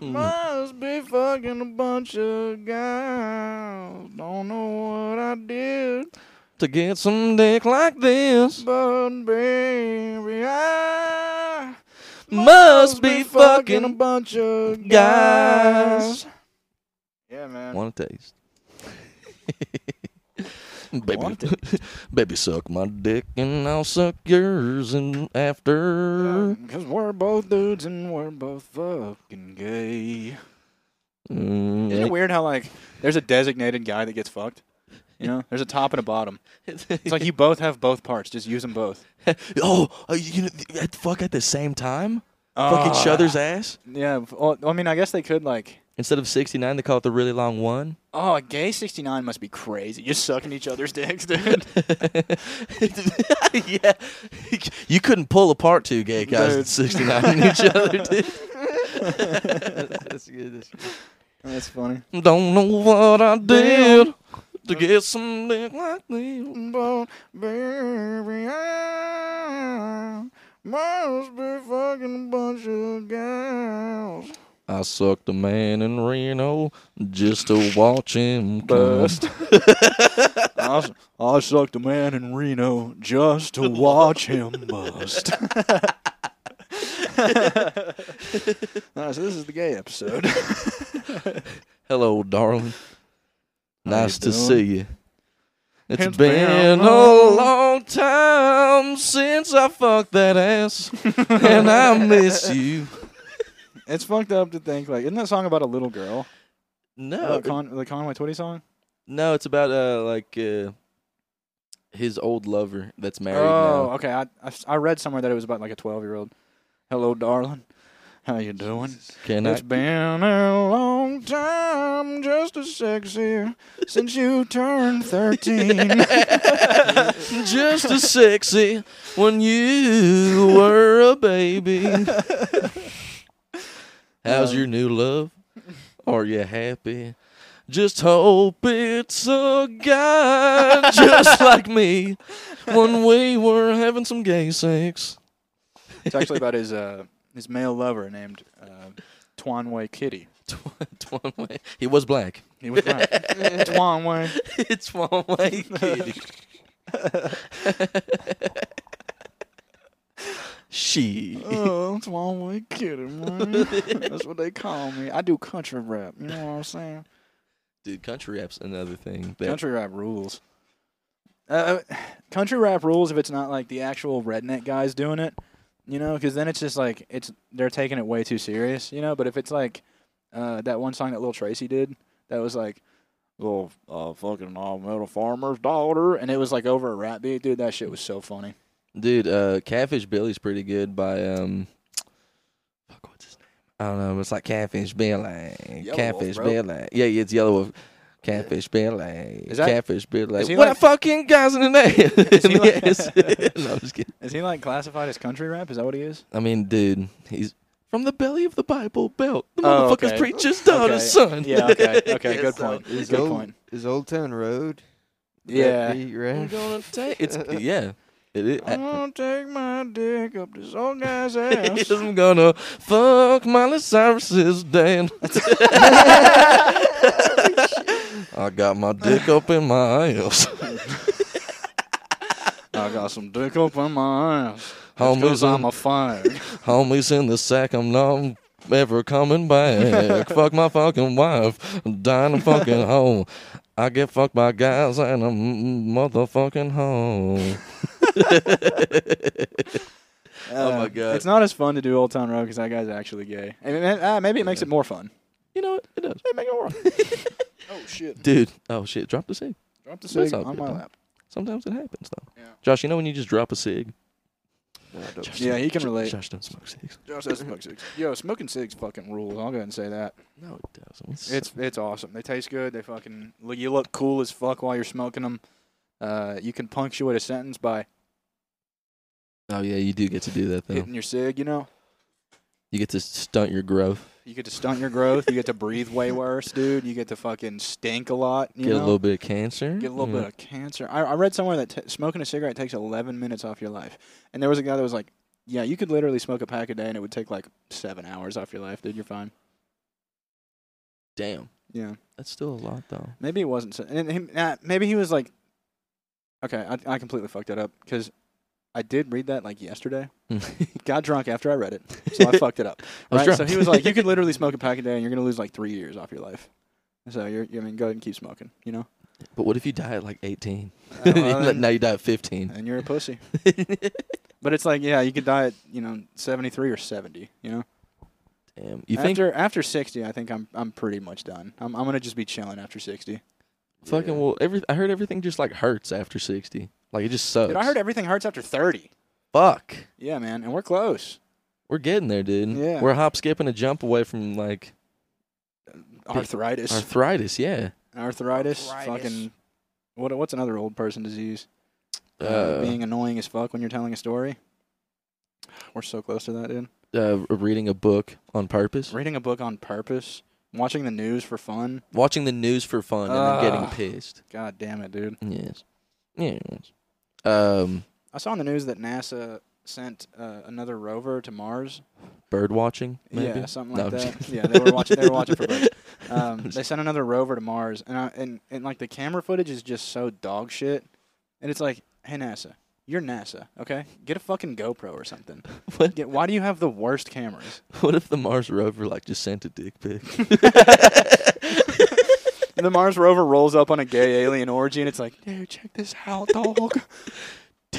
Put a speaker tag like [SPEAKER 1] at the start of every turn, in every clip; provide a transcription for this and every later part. [SPEAKER 1] Mm-hmm.
[SPEAKER 2] Must be fucking a bunch of guys. Don't know what I did,
[SPEAKER 1] to get some dick like this.
[SPEAKER 2] but baby, I
[SPEAKER 1] Must be
[SPEAKER 2] a
[SPEAKER 1] fucking
[SPEAKER 2] bunch of
[SPEAKER 1] guys.
[SPEAKER 2] guys. Yeah, man.
[SPEAKER 1] Want to taste? baby,
[SPEAKER 2] Want
[SPEAKER 1] baby, suck my dick and I'll suck yours. And after,
[SPEAKER 2] Because we're both dudes and we're both fucking gay.
[SPEAKER 1] Mm,
[SPEAKER 2] Isn't it weird how, like, there's a designated guy that gets fucked? You know, there's a top and a bottom. It's like you both have both parts. Just use them both.
[SPEAKER 1] oh, uh, you know, at, fuck at the same time. Fuck each other's ass.
[SPEAKER 2] Ah. Yeah. Well, I mean, I guess they could, like,
[SPEAKER 1] Instead of sixty nine, they call it the really long one.
[SPEAKER 2] Oh, a gay 69 must be crazy. You're sucking each other's dicks, dude.
[SPEAKER 1] yeah, you couldn't pull apart two gay guys
[SPEAKER 2] Dude.
[SPEAKER 1] at sixty nine and each other. Dude. That's good. That's good.
[SPEAKER 2] That's funny.
[SPEAKER 1] Don't know what I did to get some dick like this.
[SPEAKER 2] But baby, I must be fucking a bunch of gals.
[SPEAKER 1] I sucked a man in Reno just to watch him
[SPEAKER 2] Bust. I, s- I sucked a man in Reno just to watch him bust. Alright, so this is the gay episode.
[SPEAKER 1] Hello, darling.
[SPEAKER 2] How
[SPEAKER 1] nice
[SPEAKER 2] you
[SPEAKER 1] to
[SPEAKER 2] doing? Oh.
[SPEAKER 1] see you.
[SPEAKER 2] It's
[SPEAKER 1] it's been
[SPEAKER 2] been
[SPEAKER 1] a
[SPEAKER 2] a
[SPEAKER 1] long time since I fucked that ass, and I miss you.
[SPEAKER 2] it's fucked up to think like, isn't that song about a little girl?
[SPEAKER 1] No,
[SPEAKER 2] Uh, Con- the Conway Twitty song.
[SPEAKER 1] no, it's about uh like uh his old lover that's married
[SPEAKER 2] oh,
[SPEAKER 1] now.
[SPEAKER 2] okay. I, I I read somewhere that it was about like a twelve year old. Hello, darling. How you doing?
[SPEAKER 1] Can
[SPEAKER 2] It's
[SPEAKER 1] I?
[SPEAKER 2] been a long time, just a sexy since you turned thirteen.
[SPEAKER 1] Just as sexy when you were a baby. How's your new love? Are you happy? Just hope it's a guy just like me when we were having some gay sex.
[SPEAKER 2] it's actually about his uh his male lover named uh, Twanway Kitty.
[SPEAKER 1] Twan Way. He was black.
[SPEAKER 2] He was right. Twanway.
[SPEAKER 1] it's one way kitty. she.
[SPEAKER 2] Oh, Twanway Kitty, man. That's what they call me. I do country rap. You know what I'm saying?
[SPEAKER 1] Dude, country rap's another thing. That
[SPEAKER 2] Country rap rules. Uh, country rap rules if it's not like the actual redneck guys doing it, you know, because then it's just like it's they're taking it way too serious, you know. But if it's like uh, that one song that Lil Tracy did, that was like little uh, fucking uh, metal farmer's daughter, and it was like over a rap beat, dude. That shit was so funny.
[SPEAKER 1] Dude, uh, Catfish Billy's pretty good by um, fuck what's his name? I don't know. but It's like Catfish Billy,
[SPEAKER 2] Wolf,
[SPEAKER 1] Catfish
[SPEAKER 2] bro.
[SPEAKER 1] Billy. Yeah, yeah, it's Yellow Wolf. Catfish Billy,
[SPEAKER 2] Is that-
[SPEAKER 1] Catfish Billy.
[SPEAKER 2] is he
[SPEAKER 1] What
[SPEAKER 2] like-
[SPEAKER 1] a fucking guys in the name?
[SPEAKER 2] he like-
[SPEAKER 1] Yes. no, I'm just kidding.
[SPEAKER 2] Is he like classified as country rap? Is that what he is?
[SPEAKER 1] I mean, dude, he's from the belly of the Bible Belt. The
[SPEAKER 2] Oh,
[SPEAKER 1] motherfucker's
[SPEAKER 2] okay.
[SPEAKER 1] preacher's daughter's son.
[SPEAKER 2] Yeah. Okay. Okay. good
[SPEAKER 1] So,
[SPEAKER 2] point.
[SPEAKER 3] Is
[SPEAKER 2] Good
[SPEAKER 3] old,
[SPEAKER 2] point.
[SPEAKER 3] Is Old Town Road? that
[SPEAKER 2] Yeah.
[SPEAKER 3] beat
[SPEAKER 1] I'm
[SPEAKER 3] rap?
[SPEAKER 1] gonna take it's yeah. It is.
[SPEAKER 2] I'm gonna take my dick up this old guy's ass.
[SPEAKER 1] I'm gonna fuck Miley Cyrus's Dan. I got my dick up in my ass.
[SPEAKER 2] I got some dick up in my ass.
[SPEAKER 1] Homies,
[SPEAKER 2] Homies, I'm
[SPEAKER 1] in,
[SPEAKER 2] a fire.
[SPEAKER 1] homies in the sack, I'm not ever coming back. fuck my fucking wife, I'm dying a fucking home. I get fucked by guys and I'm motherfucking home. Oh my God.
[SPEAKER 2] Um, It's not as fun to do Old Town Road because that guy's actually gay. I mean, uh, maybe it makes it more fun.
[SPEAKER 1] You know what? It does.
[SPEAKER 2] Hey, make it more. oh shit!
[SPEAKER 1] Dude, oh shit, drop the cig.
[SPEAKER 2] Drop the
[SPEAKER 1] That's
[SPEAKER 2] cig
[SPEAKER 1] all
[SPEAKER 2] on
[SPEAKER 1] good,
[SPEAKER 2] my
[SPEAKER 1] though.
[SPEAKER 2] lap.
[SPEAKER 1] Sometimes it happens though.
[SPEAKER 2] Yeah.
[SPEAKER 1] Josh, you know when you just drop a cig?
[SPEAKER 3] No, I don't.
[SPEAKER 2] Yeah, he can
[SPEAKER 1] Josh-
[SPEAKER 2] relate.
[SPEAKER 1] Josh don't smoke cigs.
[SPEAKER 2] Josh doesn't smoke cigs. Yo, smoking cigs fucking rules. I'll go ahead and say that.
[SPEAKER 1] No, it doesn't.
[SPEAKER 2] It's it's awesome. They taste good. They fucking look. You look cool as fuck while you're smoking them. Uh, you can punctuate a sentence by
[SPEAKER 1] oh yeah, you do get to do that though.
[SPEAKER 2] hitting your cig. You know,
[SPEAKER 1] You get to stunt your growth,
[SPEAKER 2] you get to stunt your growth. you get to breathe way worse, dude. You get to fucking stink a lot. You
[SPEAKER 1] get
[SPEAKER 2] know?
[SPEAKER 1] a little bit of cancer, Mm.
[SPEAKER 2] get a little
[SPEAKER 1] Yeah.
[SPEAKER 2] bit of cancer. I, I read somewhere that t- smoking a cigarette takes 11 minutes off your life. And there was a guy that was like, yeah, you could literally smoke a pack a day and it would take like seven hours off your life, dude. You're fine.
[SPEAKER 1] Damn,
[SPEAKER 2] Yeah.
[SPEAKER 1] that's still a lot though.
[SPEAKER 2] Maybe it wasn't. So, and him, nah, maybe he was like, okay, I, I completely fucked that up because I did read that like yesterday. Got drunk after I read it, so I fucked it up.
[SPEAKER 1] I was
[SPEAKER 2] Right? So
[SPEAKER 1] drunk.
[SPEAKER 2] he was like, you could literally smoke a pack a day, and you're gonna lose like three years off your life. So you're, I mean, go ahead and keep smoking, you know.
[SPEAKER 1] But what if you die at like 18?
[SPEAKER 2] Uh, well, then-
[SPEAKER 1] now you die at 15.
[SPEAKER 2] and you're a pussy. but it's like, yeah, you could die at you know 73 or 70. You know,
[SPEAKER 1] Damn. You think
[SPEAKER 2] after after 60, I think I'm I'm pretty much done. I'm I'm gonna just be chilling after 60.
[SPEAKER 1] fucking
[SPEAKER 3] Yeah.
[SPEAKER 1] well every I heard everything just like hurts after 60. Like it just sucks.
[SPEAKER 2] Dude, I heard everything hurts after 30.
[SPEAKER 1] Fuck.
[SPEAKER 2] Yeah, man, and we're close.
[SPEAKER 1] We're getting there, dude.
[SPEAKER 2] Yeah.
[SPEAKER 1] We're a hop, skip, and a jump away from like
[SPEAKER 2] Arthritis,
[SPEAKER 1] arthritis. Yeah.
[SPEAKER 2] arthritis,
[SPEAKER 4] Arthritis.
[SPEAKER 2] fucking. What what's another old person disease? Uh,
[SPEAKER 1] Uh,
[SPEAKER 2] being annoying as fuck when you're telling a story. We're so close to that, dude.
[SPEAKER 1] uh, reading a book on purpose,
[SPEAKER 2] Reading a book on purpose, watching the news for fun.
[SPEAKER 1] watching the news for fun, and then
[SPEAKER 2] Ugh.
[SPEAKER 1] getting pissed.
[SPEAKER 2] God damn it, dude.
[SPEAKER 1] Yes. Yes. Um,
[SPEAKER 2] I saw in the news that NASA sent uh, another rover to Mars.
[SPEAKER 1] bird watching. Maybe.
[SPEAKER 2] Yeah, something like
[SPEAKER 1] No, I'm
[SPEAKER 2] that.
[SPEAKER 1] just-
[SPEAKER 2] Yeah, they were watching. They were watching for birds. Um, they sent another rover to Mars, and I, and and like the camera footage is just so dog shit. And it's like, hey NASA, you're NASA, okay? Get a fucking GoPro or something.
[SPEAKER 1] What?
[SPEAKER 2] Get, why do you have the worst cameras?
[SPEAKER 1] What if the Mars rover like just sent a dick pic?
[SPEAKER 2] And the Mars rover rolls up on a gay alien orgy, and it's like, dude, check this out, dog.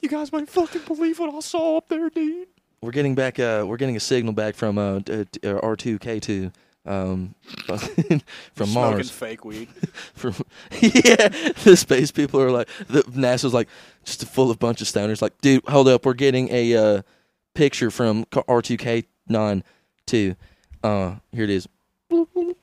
[SPEAKER 2] you guys might fucking believe what I saw up there, dude.
[SPEAKER 1] We're getting back. Uh, we're getting a signal back from uh, R two K two. Um, from
[SPEAKER 2] Smoking
[SPEAKER 1] Mars,
[SPEAKER 2] fake weed.
[SPEAKER 1] from yeah, the space people are like the NASA's like just full of bunch of stoners. Like, dude, hold up, we're getting a uh, picture from R two K nine two. Uh, here it is, and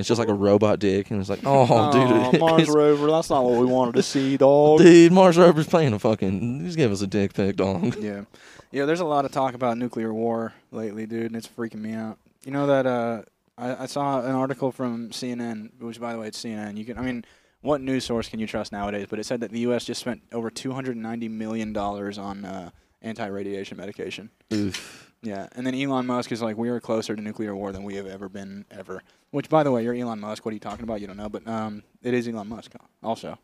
[SPEAKER 1] it's just like a robot dick, and it's like, oh, dude,
[SPEAKER 2] Mars
[SPEAKER 1] it's-
[SPEAKER 2] rover. That's not what we wanted to see, dog.
[SPEAKER 1] dude, Mars rover's playing a fucking. Just give us a dick pic, dog.
[SPEAKER 2] Yeah, yeah. There's a lot of talk about nuclear war lately, dude, and it's freaking me out. You know that uh, I, I saw an article from CNN, which by the way, it's CNN. You can, I mean, what news source can you trust nowadays? But it said that the U.S. just spent over 290 million dollars on uh, anti-radiation medication.
[SPEAKER 1] Oof.
[SPEAKER 2] Yeah, and then Elon Musk is like, we are closer to nuclear war than we have ever been ever. Which, by the way, you're Elon Musk. What are you talking about? You don't know, but um, it is Elon Musk. Also,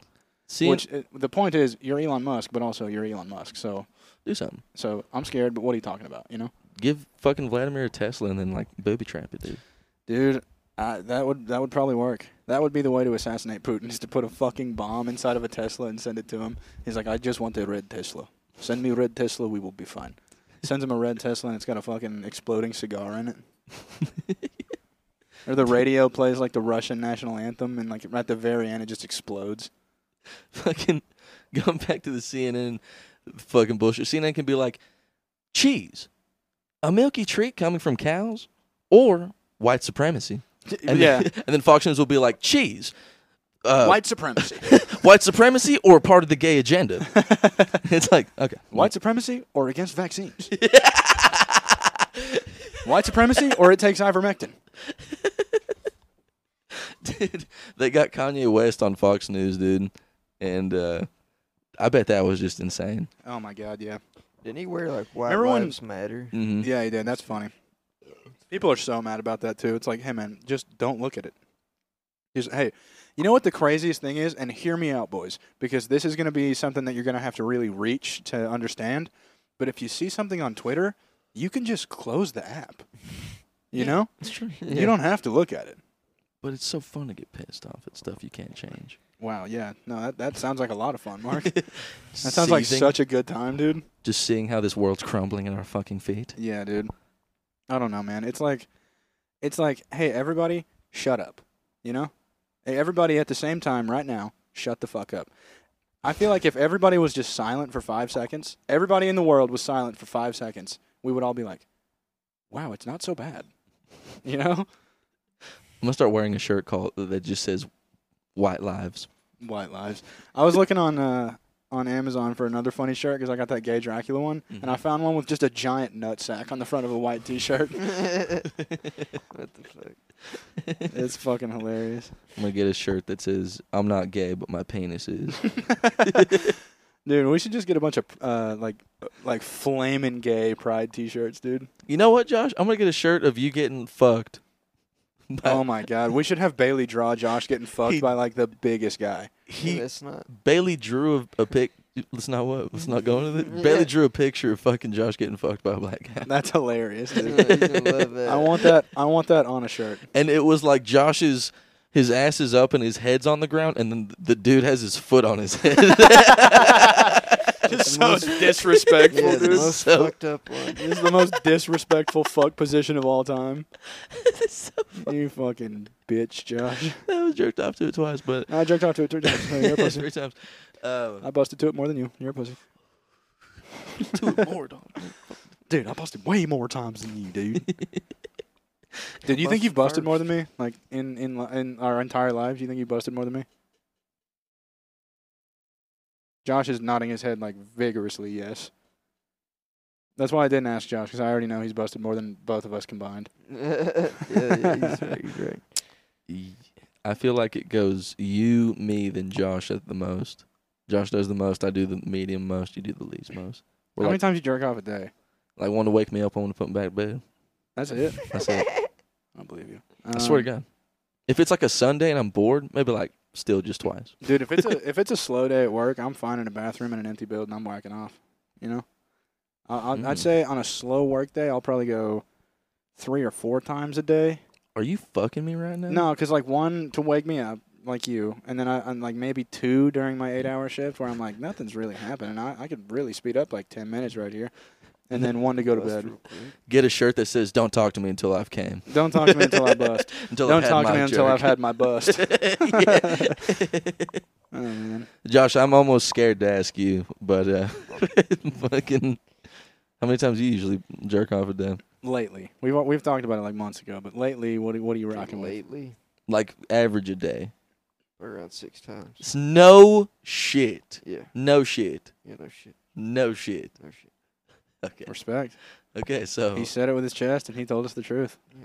[SPEAKER 1] See,
[SPEAKER 2] which uh, the point is, you're Elon Musk, but also you're Elon Musk. So,
[SPEAKER 1] do something.
[SPEAKER 2] so I'm scared. But what are you talking about? You know,
[SPEAKER 1] Give fucking Vladimir a Tesla and then like booby trap it, dude.
[SPEAKER 2] dude, I, that would that would probably work. That would be the way to assassinate Putin is to put a fucking bomb inside of a Tesla and send it to him. He's like, I just want a red Tesla. Send me red Tesla. We will be fine. Sends him a red Tesla and it's got a fucking exploding cigar in it. or the radio plays like the Russian national anthem and like at the very end it just explodes.
[SPEAKER 1] fucking going back to the CNN fucking bullshit. CNN can be like cheese, a milky treat coming from cows, or white supremacy. And
[SPEAKER 2] yeah,
[SPEAKER 1] then, and then Fox News will be like cheese, uh, white
[SPEAKER 2] white supremacy.
[SPEAKER 1] white supremacy, or part of the gay agenda. it's like okay,
[SPEAKER 2] White supremacy or against vaccines? White supremacy or it takes ivermectin?
[SPEAKER 1] dude, they got Kanye West on Fox News, dude, and uh, I bet that was just insane.
[SPEAKER 2] Oh my god, yeah.
[SPEAKER 3] Didn't he wear like white
[SPEAKER 2] Remember when-
[SPEAKER 3] lives matter?
[SPEAKER 1] hmm
[SPEAKER 2] Yeah, he did. That's funny. People are so mad about that too. It's like, hey man, just don't look at it. Just hey, you know what the craziest thing is? And hear me out, boys, because this is gonna be something that you're gonna have to really reach to understand. But if you see something on Twitter, you can just close the app. You know?
[SPEAKER 1] It's true.
[SPEAKER 2] You don't have to look at it.
[SPEAKER 1] but it's so fun to get pissed off at stuff you can't change.
[SPEAKER 2] Wow, yeah. No, that, that sounds like a lot of fun, Mark. That
[SPEAKER 1] That
[SPEAKER 2] sounds like such a good time, dude.
[SPEAKER 1] just seeing how this world's crumbling at our fucking feet.
[SPEAKER 2] Yeah, dude. I don't know, man. It's like, it's like, hey, everybody, shut up. You know, hey, everybody at the same time right now, shut the fuck up. I feel like if everybody was just silent for five seconds, everybody in the world was silent for five seconds, we would all be like, "Wow, it's not so bad." You know,
[SPEAKER 1] I'm gonna start wearing a shirt called that just says "White Lives."
[SPEAKER 2] white lives. I was looking on uh, on Amazon for another funny shirt because I got that gay Dracula one, and I found one with just a giant nut sack on the front of a white T-shirt.
[SPEAKER 3] What the fuck?
[SPEAKER 2] it's fucking hilarious.
[SPEAKER 1] I'm gonna get a shirt that says "I'm not gay, but my penis is."
[SPEAKER 2] Dude, we should just get a bunch of uh, like like flaming gay pride T-shirts, dude.
[SPEAKER 1] you know what, Josh? I'm gonna get a shirt of you getting fucked. But
[SPEAKER 2] Oh my god, we should have Bailey draw Josh getting fucked
[SPEAKER 1] Uh, He-
[SPEAKER 2] by like the biggest guy.
[SPEAKER 1] he
[SPEAKER 3] That's not.
[SPEAKER 1] Bailey drew a, a pic. Let's not what. Let's not go into
[SPEAKER 3] Yeah.
[SPEAKER 1] it. Bailey drew a picture of fucking Josh getting fucked by a black guy,
[SPEAKER 2] That's hilarious.
[SPEAKER 3] He's
[SPEAKER 2] Dude.
[SPEAKER 3] gonna, he's gonna love that.
[SPEAKER 2] I want that. I want that on a shirt.
[SPEAKER 1] and it was like Josh's. His ass is up and his head's on the ground, and then the dude has his foot on his head.
[SPEAKER 2] Just so disrespectful,
[SPEAKER 3] Yeah, the
[SPEAKER 2] dude.
[SPEAKER 3] most
[SPEAKER 1] So-
[SPEAKER 3] fucked up one.
[SPEAKER 2] This is the most disrespectful fuck position of all time. you fucking bitch, Josh.
[SPEAKER 1] I was jerked off to it twice, but
[SPEAKER 2] I jerked off to it three times. Hey, you're a pussy.
[SPEAKER 1] three times. Um,
[SPEAKER 2] I busted to it more than you. You're a pussy.
[SPEAKER 1] two more, dog.
[SPEAKER 2] Dude, I busted way more times than you, dude. Did you
[SPEAKER 3] I
[SPEAKER 2] think you've busted
[SPEAKER 3] busted
[SPEAKER 2] more than me? Like in in li- in our entire lives, you think you busted more than me? Josh is nodding his head like vigorously yes. That's why I didn't ask Josh because I already know he's busted more than both of us combined.
[SPEAKER 3] yeah, yeah, he's right. He's right.
[SPEAKER 1] Y- I feel like it goes you, me, then Josh at the most. Josh does the most. I do the medium most. You do the least most. We're
[SPEAKER 2] How many
[SPEAKER 1] like,
[SPEAKER 2] times you jerk off a day?
[SPEAKER 1] like one to wake me up, one to put me back to bed.
[SPEAKER 2] That's it.
[SPEAKER 1] That's it.
[SPEAKER 2] I believe you.
[SPEAKER 1] I swear to
[SPEAKER 2] Um,
[SPEAKER 1] God. If it's like a Sunday and I'm bored, maybe like still just twice.
[SPEAKER 2] dude. If it's a if it's a slow day at work, I'm finding a bathroom in an empty building. I'm whacking off. You know, I, I, I'd
[SPEAKER 1] Mhm.
[SPEAKER 2] say on a slow work day, I'll probably go three or four times a day.
[SPEAKER 1] Are you fucking me right now?
[SPEAKER 2] No, because like one to wake me up, like you, and then I, I'm like maybe two during my eight-hour shift where I'm like nothing's really happening. I, I could really speed up like ten minutes right here, and then one to go to
[SPEAKER 3] Bust
[SPEAKER 2] bed.
[SPEAKER 3] real quick.
[SPEAKER 1] Get a shirt that says "Don't talk to me until I've came."
[SPEAKER 2] Don't talk to me until I bust.
[SPEAKER 1] Until
[SPEAKER 2] Don't
[SPEAKER 1] I've
[SPEAKER 2] talk
[SPEAKER 1] had
[SPEAKER 2] to me
[SPEAKER 1] my
[SPEAKER 2] until I've
[SPEAKER 1] jerk.
[SPEAKER 2] had my bust.
[SPEAKER 1] Yeah.
[SPEAKER 2] Oh, man.
[SPEAKER 1] Josh, I'm almost scared to ask you, but uh, fucking, how many times do you usually jerk off a day?
[SPEAKER 2] Lately, we've we've talked about it like months ago, but lately, what are- what are you
[SPEAKER 3] Dude,
[SPEAKER 2] rocking with?
[SPEAKER 3] lately,
[SPEAKER 1] Like average a day.
[SPEAKER 3] we're around six times.
[SPEAKER 1] It's no shit.
[SPEAKER 3] Yeah,
[SPEAKER 1] No shit.
[SPEAKER 3] yeah, no shit,
[SPEAKER 1] No shit.
[SPEAKER 3] no shit.
[SPEAKER 1] Okay.
[SPEAKER 2] Respect.
[SPEAKER 1] Okay. So
[SPEAKER 2] He said it with his chest, and he told us the truth.
[SPEAKER 3] Yeah.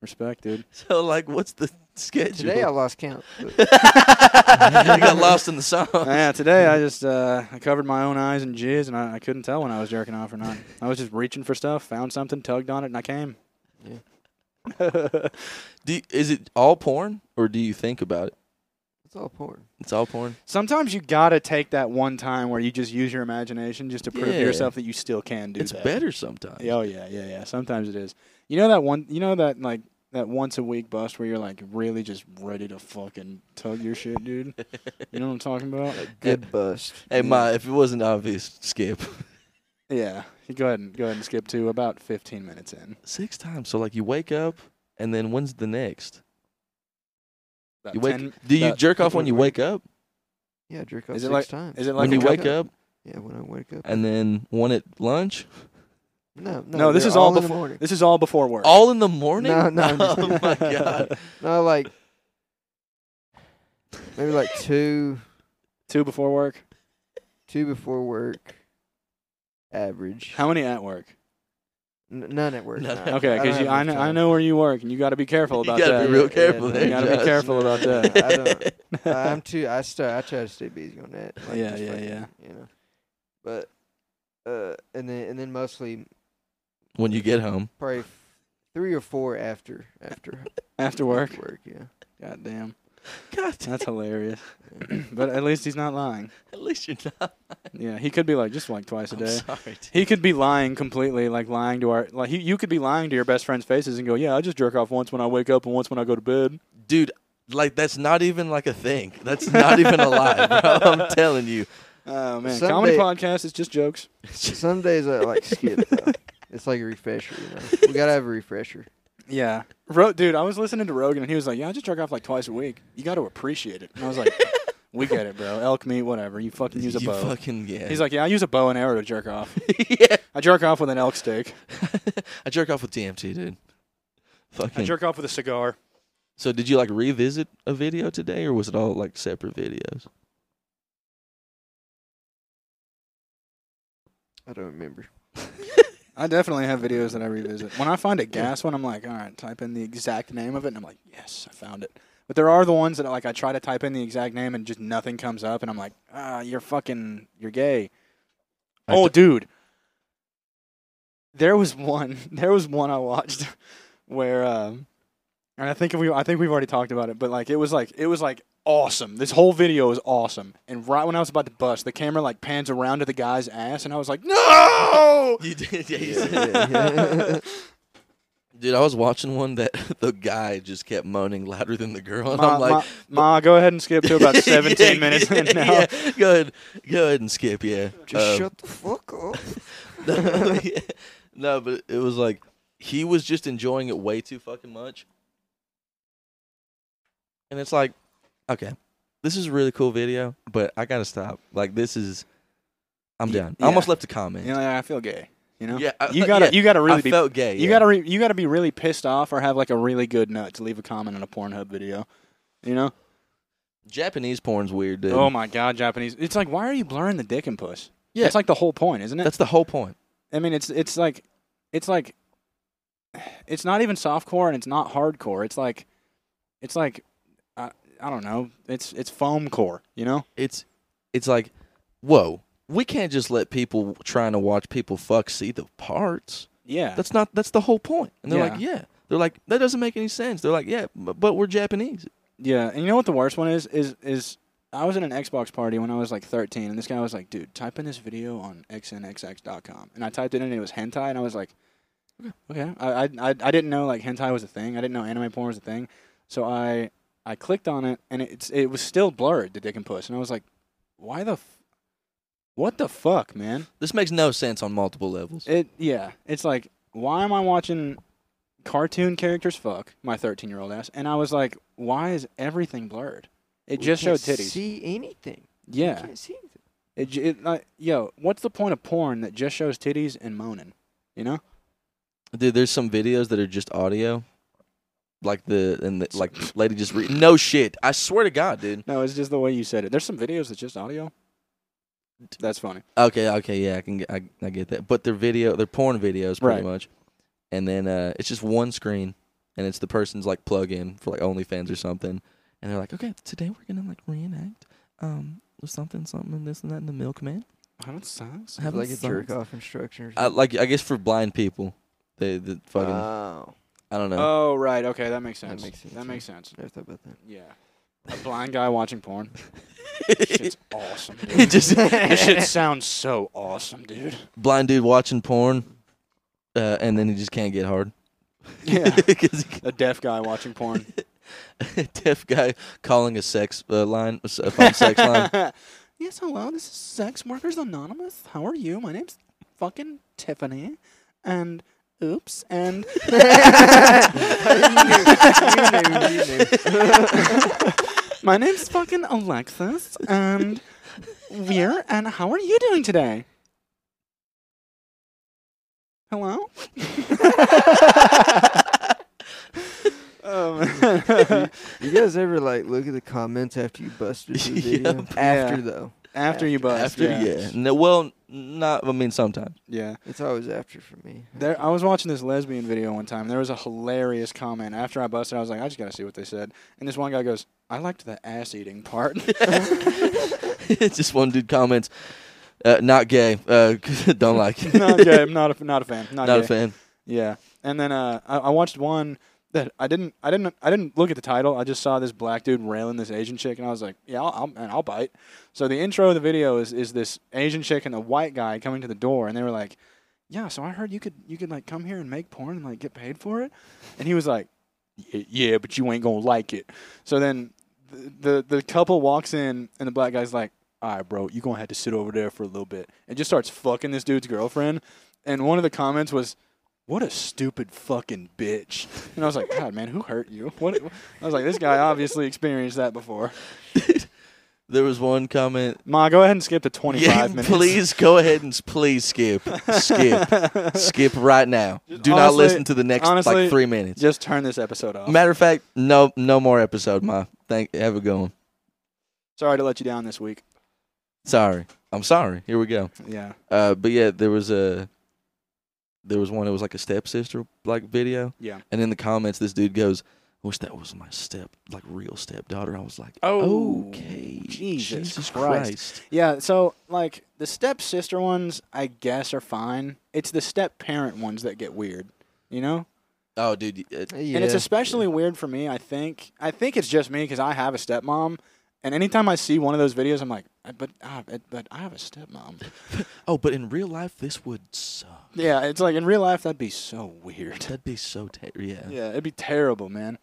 [SPEAKER 2] Respect, dude.
[SPEAKER 1] so like, what's the schedule?
[SPEAKER 3] Today I lost count. but-
[SPEAKER 1] I got lost in the song.
[SPEAKER 2] yeah, today I just uh, I covered my own eyes in jizz, and I, I couldn't tell when I was jerking off or not. I was just reaching for stuff, found something, tugged on it, and I came.
[SPEAKER 1] Do you- is it all porn or do you think about it?
[SPEAKER 3] It's all porn.
[SPEAKER 1] It's all porn.
[SPEAKER 2] Sometimes you gotta take that one time where you just use your imagination just to prove to
[SPEAKER 1] Yeah.
[SPEAKER 2] yourself that you still can do
[SPEAKER 1] it's
[SPEAKER 2] that.
[SPEAKER 1] better sometimes.
[SPEAKER 2] Yeah, Oh yeah, yeah, yeah. Sometimes it is. You know that one. You know that like that once a week bust where you're like really just ready to fucking tug your shit, dude. you know what I'm talking about?
[SPEAKER 3] Good bust.
[SPEAKER 1] Hey, my if it wasn't obvious, skip
[SPEAKER 2] Yeah. Go ahead and go ahead and skip to about 15 minutes in.
[SPEAKER 1] six times. So like, you wake up and then when's the next?
[SPEAKER 2] About
[SPEAKER 1] You wake.
[SPEAKER 2] 10
[SPEAKER 1] do you
[SPEAKER 2] about
[SPEAKER 1] jerk off
[SPEAKER 2] 15
[SPEAKER 1] when you wake up?
[SPEAKER 3] Yeah, I jerk off
[SPEAKER 2] Is it
[SPEAKER 3] six
[SPEAKER 2] like-
[SPEAKER 3] times.
[SPEAKER 2] Is it like
[SPEAKER 1] When
[SPEAKER 2] a
[SPEAKER 1] you
[SPEAKER 2] cup-
[SPEAKER 1] wake up
[SPEAKER 3] yeah, when I wake up.
[SPEAKER 1] and then one at lunch?
[SPEAKER 3] No, no,
[SPEAKER 2] No, this
[SPEAKER 3] they're
[SPEAKER 2] is all
[SPEAKER 3] in the
[SPEAKER 2] befo-
[SPEAKER 3] morning.
[SPEAKER 2] This is all before work.
[SPEAKER 1] All in the morning?
[SPEAKER 3] No, no, no.
[SPEAKER 1] Oh my god.
[SPEAKER 3] No, like maybe like two,
[SPEAKER 2] Two before work.
[SPEAKER 3] two before work. Average.
[SPEAKER 2] How many at work?
[SPEAKER 3] N- none at work.
[SPEAKER 1] None
[SPEAKER 3] no.
[SPEAKER 1] at
[SPEAKER 2] Okay,
[SPEAKER 3] don't
[SPEAKER 2] because
[SPEAKER 3] have
[SPEAKER 2] I
[SPEAKER 3] enough
[SPEAKER 2] know I
[SPEAKER 3] time.
[SPEAKER 2] know where you work, and you got to be careful
[SPEAKER 1] You
[SPEAKER 2] about
[SPEAKER 1] gotta
[SPEAKER 2] that.
[SPEAKER 1] be real
[SPEAKER 3] Yeah,
[SPEAKER 1] careful
[SPEAKER 3] yeah,
[SPEAKER 1] there.
[SPEAKER 2] you gotta
[SPEAKER 1] Josh.
[SPEAKER 2] be careful about
[SPEAKER 3] No,
[SPEAKER 2] that.
[SPEAKER 3] I don't. I'm too. I st- I try to stay busy on that. Like
[SPEAKER 2] Yeah,
[SPEAKER 3] just
[SPEAKER 2] yeah,
[SPEAKER 3] fucking,
[SPEAKER 2] yeah.
[SPEAKER 3] You know, but uh, and then and then mostly
[SPEAKER 1] When you get home.
[SPEAKER 3] probably f- three or four after after
[SPEAKER 2] After work.
[SPEAKER 3] Work, yeah.
[SPEAKER 2] God damn,
[SPEAKER 1] God,
[SPEAKER 2] that's hilarious. but at least he's not lying.
[SPEAKER 1] at least you're not.
[SPEAKER 2] Yeah, he could be like just like twice a
[SPEAKER 1] I'm
[SPEAKER 2] day.
[SPEAKER 1] sorry. dude.
[SPEAKER 2] He could be lying completely, like lying to our like he, you could be lying to your best friend's faces and go, yeah, I just jerk off once when I wake up and once when I go to bed.
[SPEAKER 1] Dude, like that's not even like a thing. That's not even a lie, bro. I'm telling you.
[SPEAKER 2] Oh man,
[SPEAKER 3] Some
[SPEAKER 2] comedy
[SPEAKER 3] day-
[SPEAKER 2] podcast, it's just jokes.
[SPEAKER 3] Some days I like skip. Though. It's like a refresher. You know? We gotta have a refresher.
[SPEAKER 2] Yeah. Ro- dude, I was listening to Rogan and he was like, Yeah, I just jerk off like twice a week. You got to appreciate it. And I was like, We get it, bro. Elk meat, whatever. You fucking use a
[SPEAKER 1] you
[SPEAKER 2] bow.
[SPEAKER 1] fucking yeah.
[SPEAKER 2] He's like, Yeah, I use a bow and arrow to jerk off.
[SPEAKER 1] yeah.
[SPEAKER 2] I jerk off with an elk steak.
[SPEAKER 1] I jerk off with DMT, dude.
[SPEAKER 2] I
[SPEAKER 1] Fucking.
[SPEAKER 2] jerk off with a cigar.
[SPEAKER 1] so did you like revisit a video today, or was it all like separate videos?
[SPEAKER 3] I don't remember.
[SPEAKER 2] I definitely have videos that I revisit. When I find a gas one, I'm like, All right, type in the exact name of it. And I'm like, Yes, I found it. But there are the ones that like I try to type in the exact name and just nothing comes up. And I'm like, Ah, you're fucking, you're gay.
[SPEAKER 1] I
[SPEAKER 2] oh,
[SPEAKER 1] d-
[SPEAKER 2] dude. There was one. There was one I watched where um, And I think we I think we've already talked about it, but like it was like it was like awesome. This whole video is awesome. And right when I was about to bust, the camera like pans around to the guy's ass, and I was like, no.
[SPEAKER 5] You did, yeah. You
[SPEAKER 3] Yeah,
[SPEAKER 5] said-
[SPEAKER 3] yeah,
[SPEAKER 1] Dude, I was watching one that the guy just kept moaning louder than the girl, and
[SPEAKER 2] Ma,
[SPEAKER 1] I'm like,
[SPEAKER 2] ma, Ma, go ahead and skip to about
[SPEAKER 1] Yeah,
[SPEAKER 2] 17 minutes
[SPEAKER 1] yeah,
[SPEAKER 2] in now.
[SPEAKER 1] yeah. Go ahead, go ahead and skip. Yeah,
[SPEAKER 3] Just
[SPEAKER 1] Um,
[SPEAKER 3] shut the fuck up.
[SPEAKER 1] no, but it was like he was just enjoying it way too fucking much. And it's like, okay, this is a really cool video, but I gotta stop. Like this is, I'm
[SPEAKER 2] Ye-
[SPEAKER 1] done.
[SPEAKER 2] yeah.
[SPEAKER 1] I almost left a comment.
[SPEAKER 2] You know, I feel gay. You know.
[SPEAKER 1] Yeah, I-
[SPEAKER 2] You gotta
[SPEAKER 1] yeah,
[SPEAKER 2] you gotta really
[SPEAKER 1] I
[SPEAKER 2] be
[SPEAKER 1] felt gay.
[SPEAKER 2] you gotta re, you gotta be really pissed off or have like a really good nut to leave a comment on a Pornhub video. You know?
[SPEAKER 1] Japanese porn's weird, dude.
[SPEAKER 2] Oh my god, Japanese! It's like why are you blurring the dick and puss?
[SPEAKER 1] Yeah.
[SPEAKER 2] it's like the whole point, isn't it?
[SPEAKER 1] That's the whole point.
[SPEAKER 2] I mean, it's it's like it's like it's not even softcore and it's not hardcore. It's like it's like I, I don't know. It's it's foam core, you know?
[SPEAKER 1] It's, it's like, whoa, we can't just let people trying to watch people fuck see the parts.
[SPEAKER 2] Yeah.
[SPEAKER 1] That's not. That's the whole point. And they're
[SPEAKER 2] Yeah.
[SPEAKER 1] like, yeah. They're like, that doesn't make any sense. They're like, yeah, but, but we're Japanese.
[SPEAKER 2] Yeah, and you know what the worst one is? Is is I was in an Xbox party when I was like 13, and this guy was like, "Dude, type in this video on xnxx.com," and I typed it in, and it was hentai, and I was like, "Okay, I I I, I didn't know like hentai was a thing. I didn't know anime porn was a thing, so I I clicked on it, and it's it was still blurred, the dick and puss, and I was like, "Why the, f- what the fuck, man?"
[SPEAKER 1] This makes no sense on multiple levels.
[SPEAKER 2] It yeah, it's like why am I watching cartoon characters fuck my 13 year old ass? And I was like, why is everything blurred? It
[SPEAKER 3] We
[SPEAKER 2] just showed
[SPEAKER 3] can't
[SPEAKER 2] titties.
[SPEAKER 3] See anything?
[SPEAKER 2] yeah.
[SPEAKER 3] Can't see anything.
[SPEAKER 2] It, j- it like, yo, what's the point of porn that just shows titties and moaning? You know?
[SPEAKER 1] Dude, there's some videos that are just audio, like the and the, like lady just re- no shit. I swear to God, dude.
[SPEAKER 2] No, it's just the way you said it. There's some videos that's just audio. That's funny.
[SPEAKER 1] Okay, okay, yeah, I can get, I, I get that. But they're video, they're porn videos pretty
[SPEAKER 2] Right.
[SPEAKER 1] much, and then uh, it's just one screen, and it's the person's like plug in for like OnlyFans or something, and they're like, okay, today we're gonna like reenact um something, something, and this and that, and the milkman.
[SPEAKER 2] How it sounds?
[SPEAKER 1] Having
[SPEAKER 3] Like a
[SPEAKER 1] sex.
[SPEAKER 3] jerk off instruction. Or
[SPEAKER 1] I,
[SPEAKER 3] something.
[SPEAKER 1] like I guess for blind people, they, they fucking
[SPEAKER 2] Uh,
[SPEAKER 3] Wow.
[SPEAKER 1] I don't know.
[SPEAKER 2] Oh right, okay, that makes
[SPEAKER 3] That
[SPEAKER 2] sense.
[SPEAKER 3] makes sense,
[SPEAKER 2] That
[SPEAKER 3] yeah.
[SPEAKER 2] makes sense.
[SPEAKER 3] Never thought about that.
[SPEAKER 2] Yeah. A blind guy watching porn.
[SPEAKER 1] it
[SPEAKER 2] Shit's awesome. Dude.
[SPEAKER 1] just
[SPEAKER 2] this shit sounds so awesome, dude.
[SPEAKER 1] blind dude watching porn, uh, and then he just can't get hard.
[SPEAKER 2] Yeah.
[SPEAKER 1] 'Cause
[SPEAKER 2] a deaf guy watching porn.
[SPEAKER 1] he- deaf guy calling a sex uh, line, a s- a phone sex line.
[SPEAKER 2] yes, hello. This is Sex Workers Anonymous. How are you? My name's fucking Tiffany, and oops, and
[SPEAKER 3] You knew, you knew.
[SPEAKER 2] my name's fucking Alexis, and we're and how are you doing today? Hello. Oh, um,
[SPEAKER 3] You guys ever like look at the comments after you busted the
[SPEAKER 1] Yeah.
[SPEAKER 3] video?
[SPEAKER 2] Yeah.
[SPEAKER 3] After though,
[SPEAKER 2] after you bust,
[SPEAKER 1] After yeah, No, well, not. I mean, sometimes.
[SPEAKER 2] yeah.
[SPEAKER 3] it's always after for me.
[SPEAKER 2] There, I was watching this lesbian video one time. There was a hilarious comment after I busted. I was like, I just gotta see what they said. And this one guy goes, "I liked the ass eating part."
[SPEAKER 1] It's just one dude comments, uh, not gay. Uh, don't like. it.
[SPEAKER 2] not gay. I'm not a not a fan. Not,
[SPEAKER 1] Not a
[SPEAKER 2] gay.
[SPEAKER 1] fan.
[SPEAKER 2] Yeah. And then uh, I, I watched one that I didn't I didn't I didn't look at the title. I just saw this black dude railing this Asian chick, and I was like, yeah, I'll, I'll and I'll bite. So the intro of the video is is this Asian chick and the white guy coming to the door, and they were like, yeah. So I heard you could you could like come here and make porn and like get paid for it, and he was like, "Y- yeah, but you ain't gonna like it. So then the the, the couple walks in, and the black guy's like. All right, bro, you going to have to sit over there for a little bit. And just starts fucking this dude's girlfriend. And one of the comments was, what a stupid fucking bitch. And I was like, God, man, who hurt you? What? I was like, this guy obviously experienced that before.
[SPEAKER 1] There was one comment.
[SPEAKER 2] Ma, go ahead and skip to 25
[SPEAKER 1] Yeah,
[SPEAKER 2] minutes.
[SPEAKER 1] please go ahead and s- please skip, skip, skip right now. Do not
[SPEAKER 2] honestly-
[SPEAKER 1] listen to the next
[SPEAKER 2] honestly,
[SPEAKER 1] like three minutes.
[SPEAKER 2] Just turn this episode off.
[SPEAKER 1] Matter of fact, no, no more episode, ma. Thank, have a good one.
[SPEAKER 2] Sorry to let you down this week.
[SPEAKER 1] Sorry, I'm sorry. Here we go.
[SPEAKER 2] Yeah.
[SPEAKER 1] Uh, but yeah, there was a, there was one. It was like a stepsister like video,
[SPEAKER 2] Yeah.
[SPEAKER 1] and in the comments, this dude goes, "I wish that was my step, like real stepdaughter." I was like,
[SPEAKER 2] Oh,
[SPEAKER 1] okay,
[SPEAKER 2] Jesus Christ."
[SPEAKER 1] Christ.
[SPEAKER 2] Yeah. So, like, the stepsister ones, I guess, are fine. It's the step parent ones that get weird, you know?
[SPEAKER 1] Oh, dude. It,
[SPEAKER 3] Yeah.
[SPEAKER 2] And it's especially weird for me. I think I think it's just me because I have a stepmom, and anytime I see one of those videos, I'm like, "I- but ah, but- but I have a stepmom.
[SPEAKER 1] oh, but in real life, this would suck.
[SPEAKER 2] yeah, it's like in real life that'd be so weird.
[SPEAKER 1] That'd be so terrible. Yeah.
[SPEAKER 2] Yeah, it'd be terrible, man.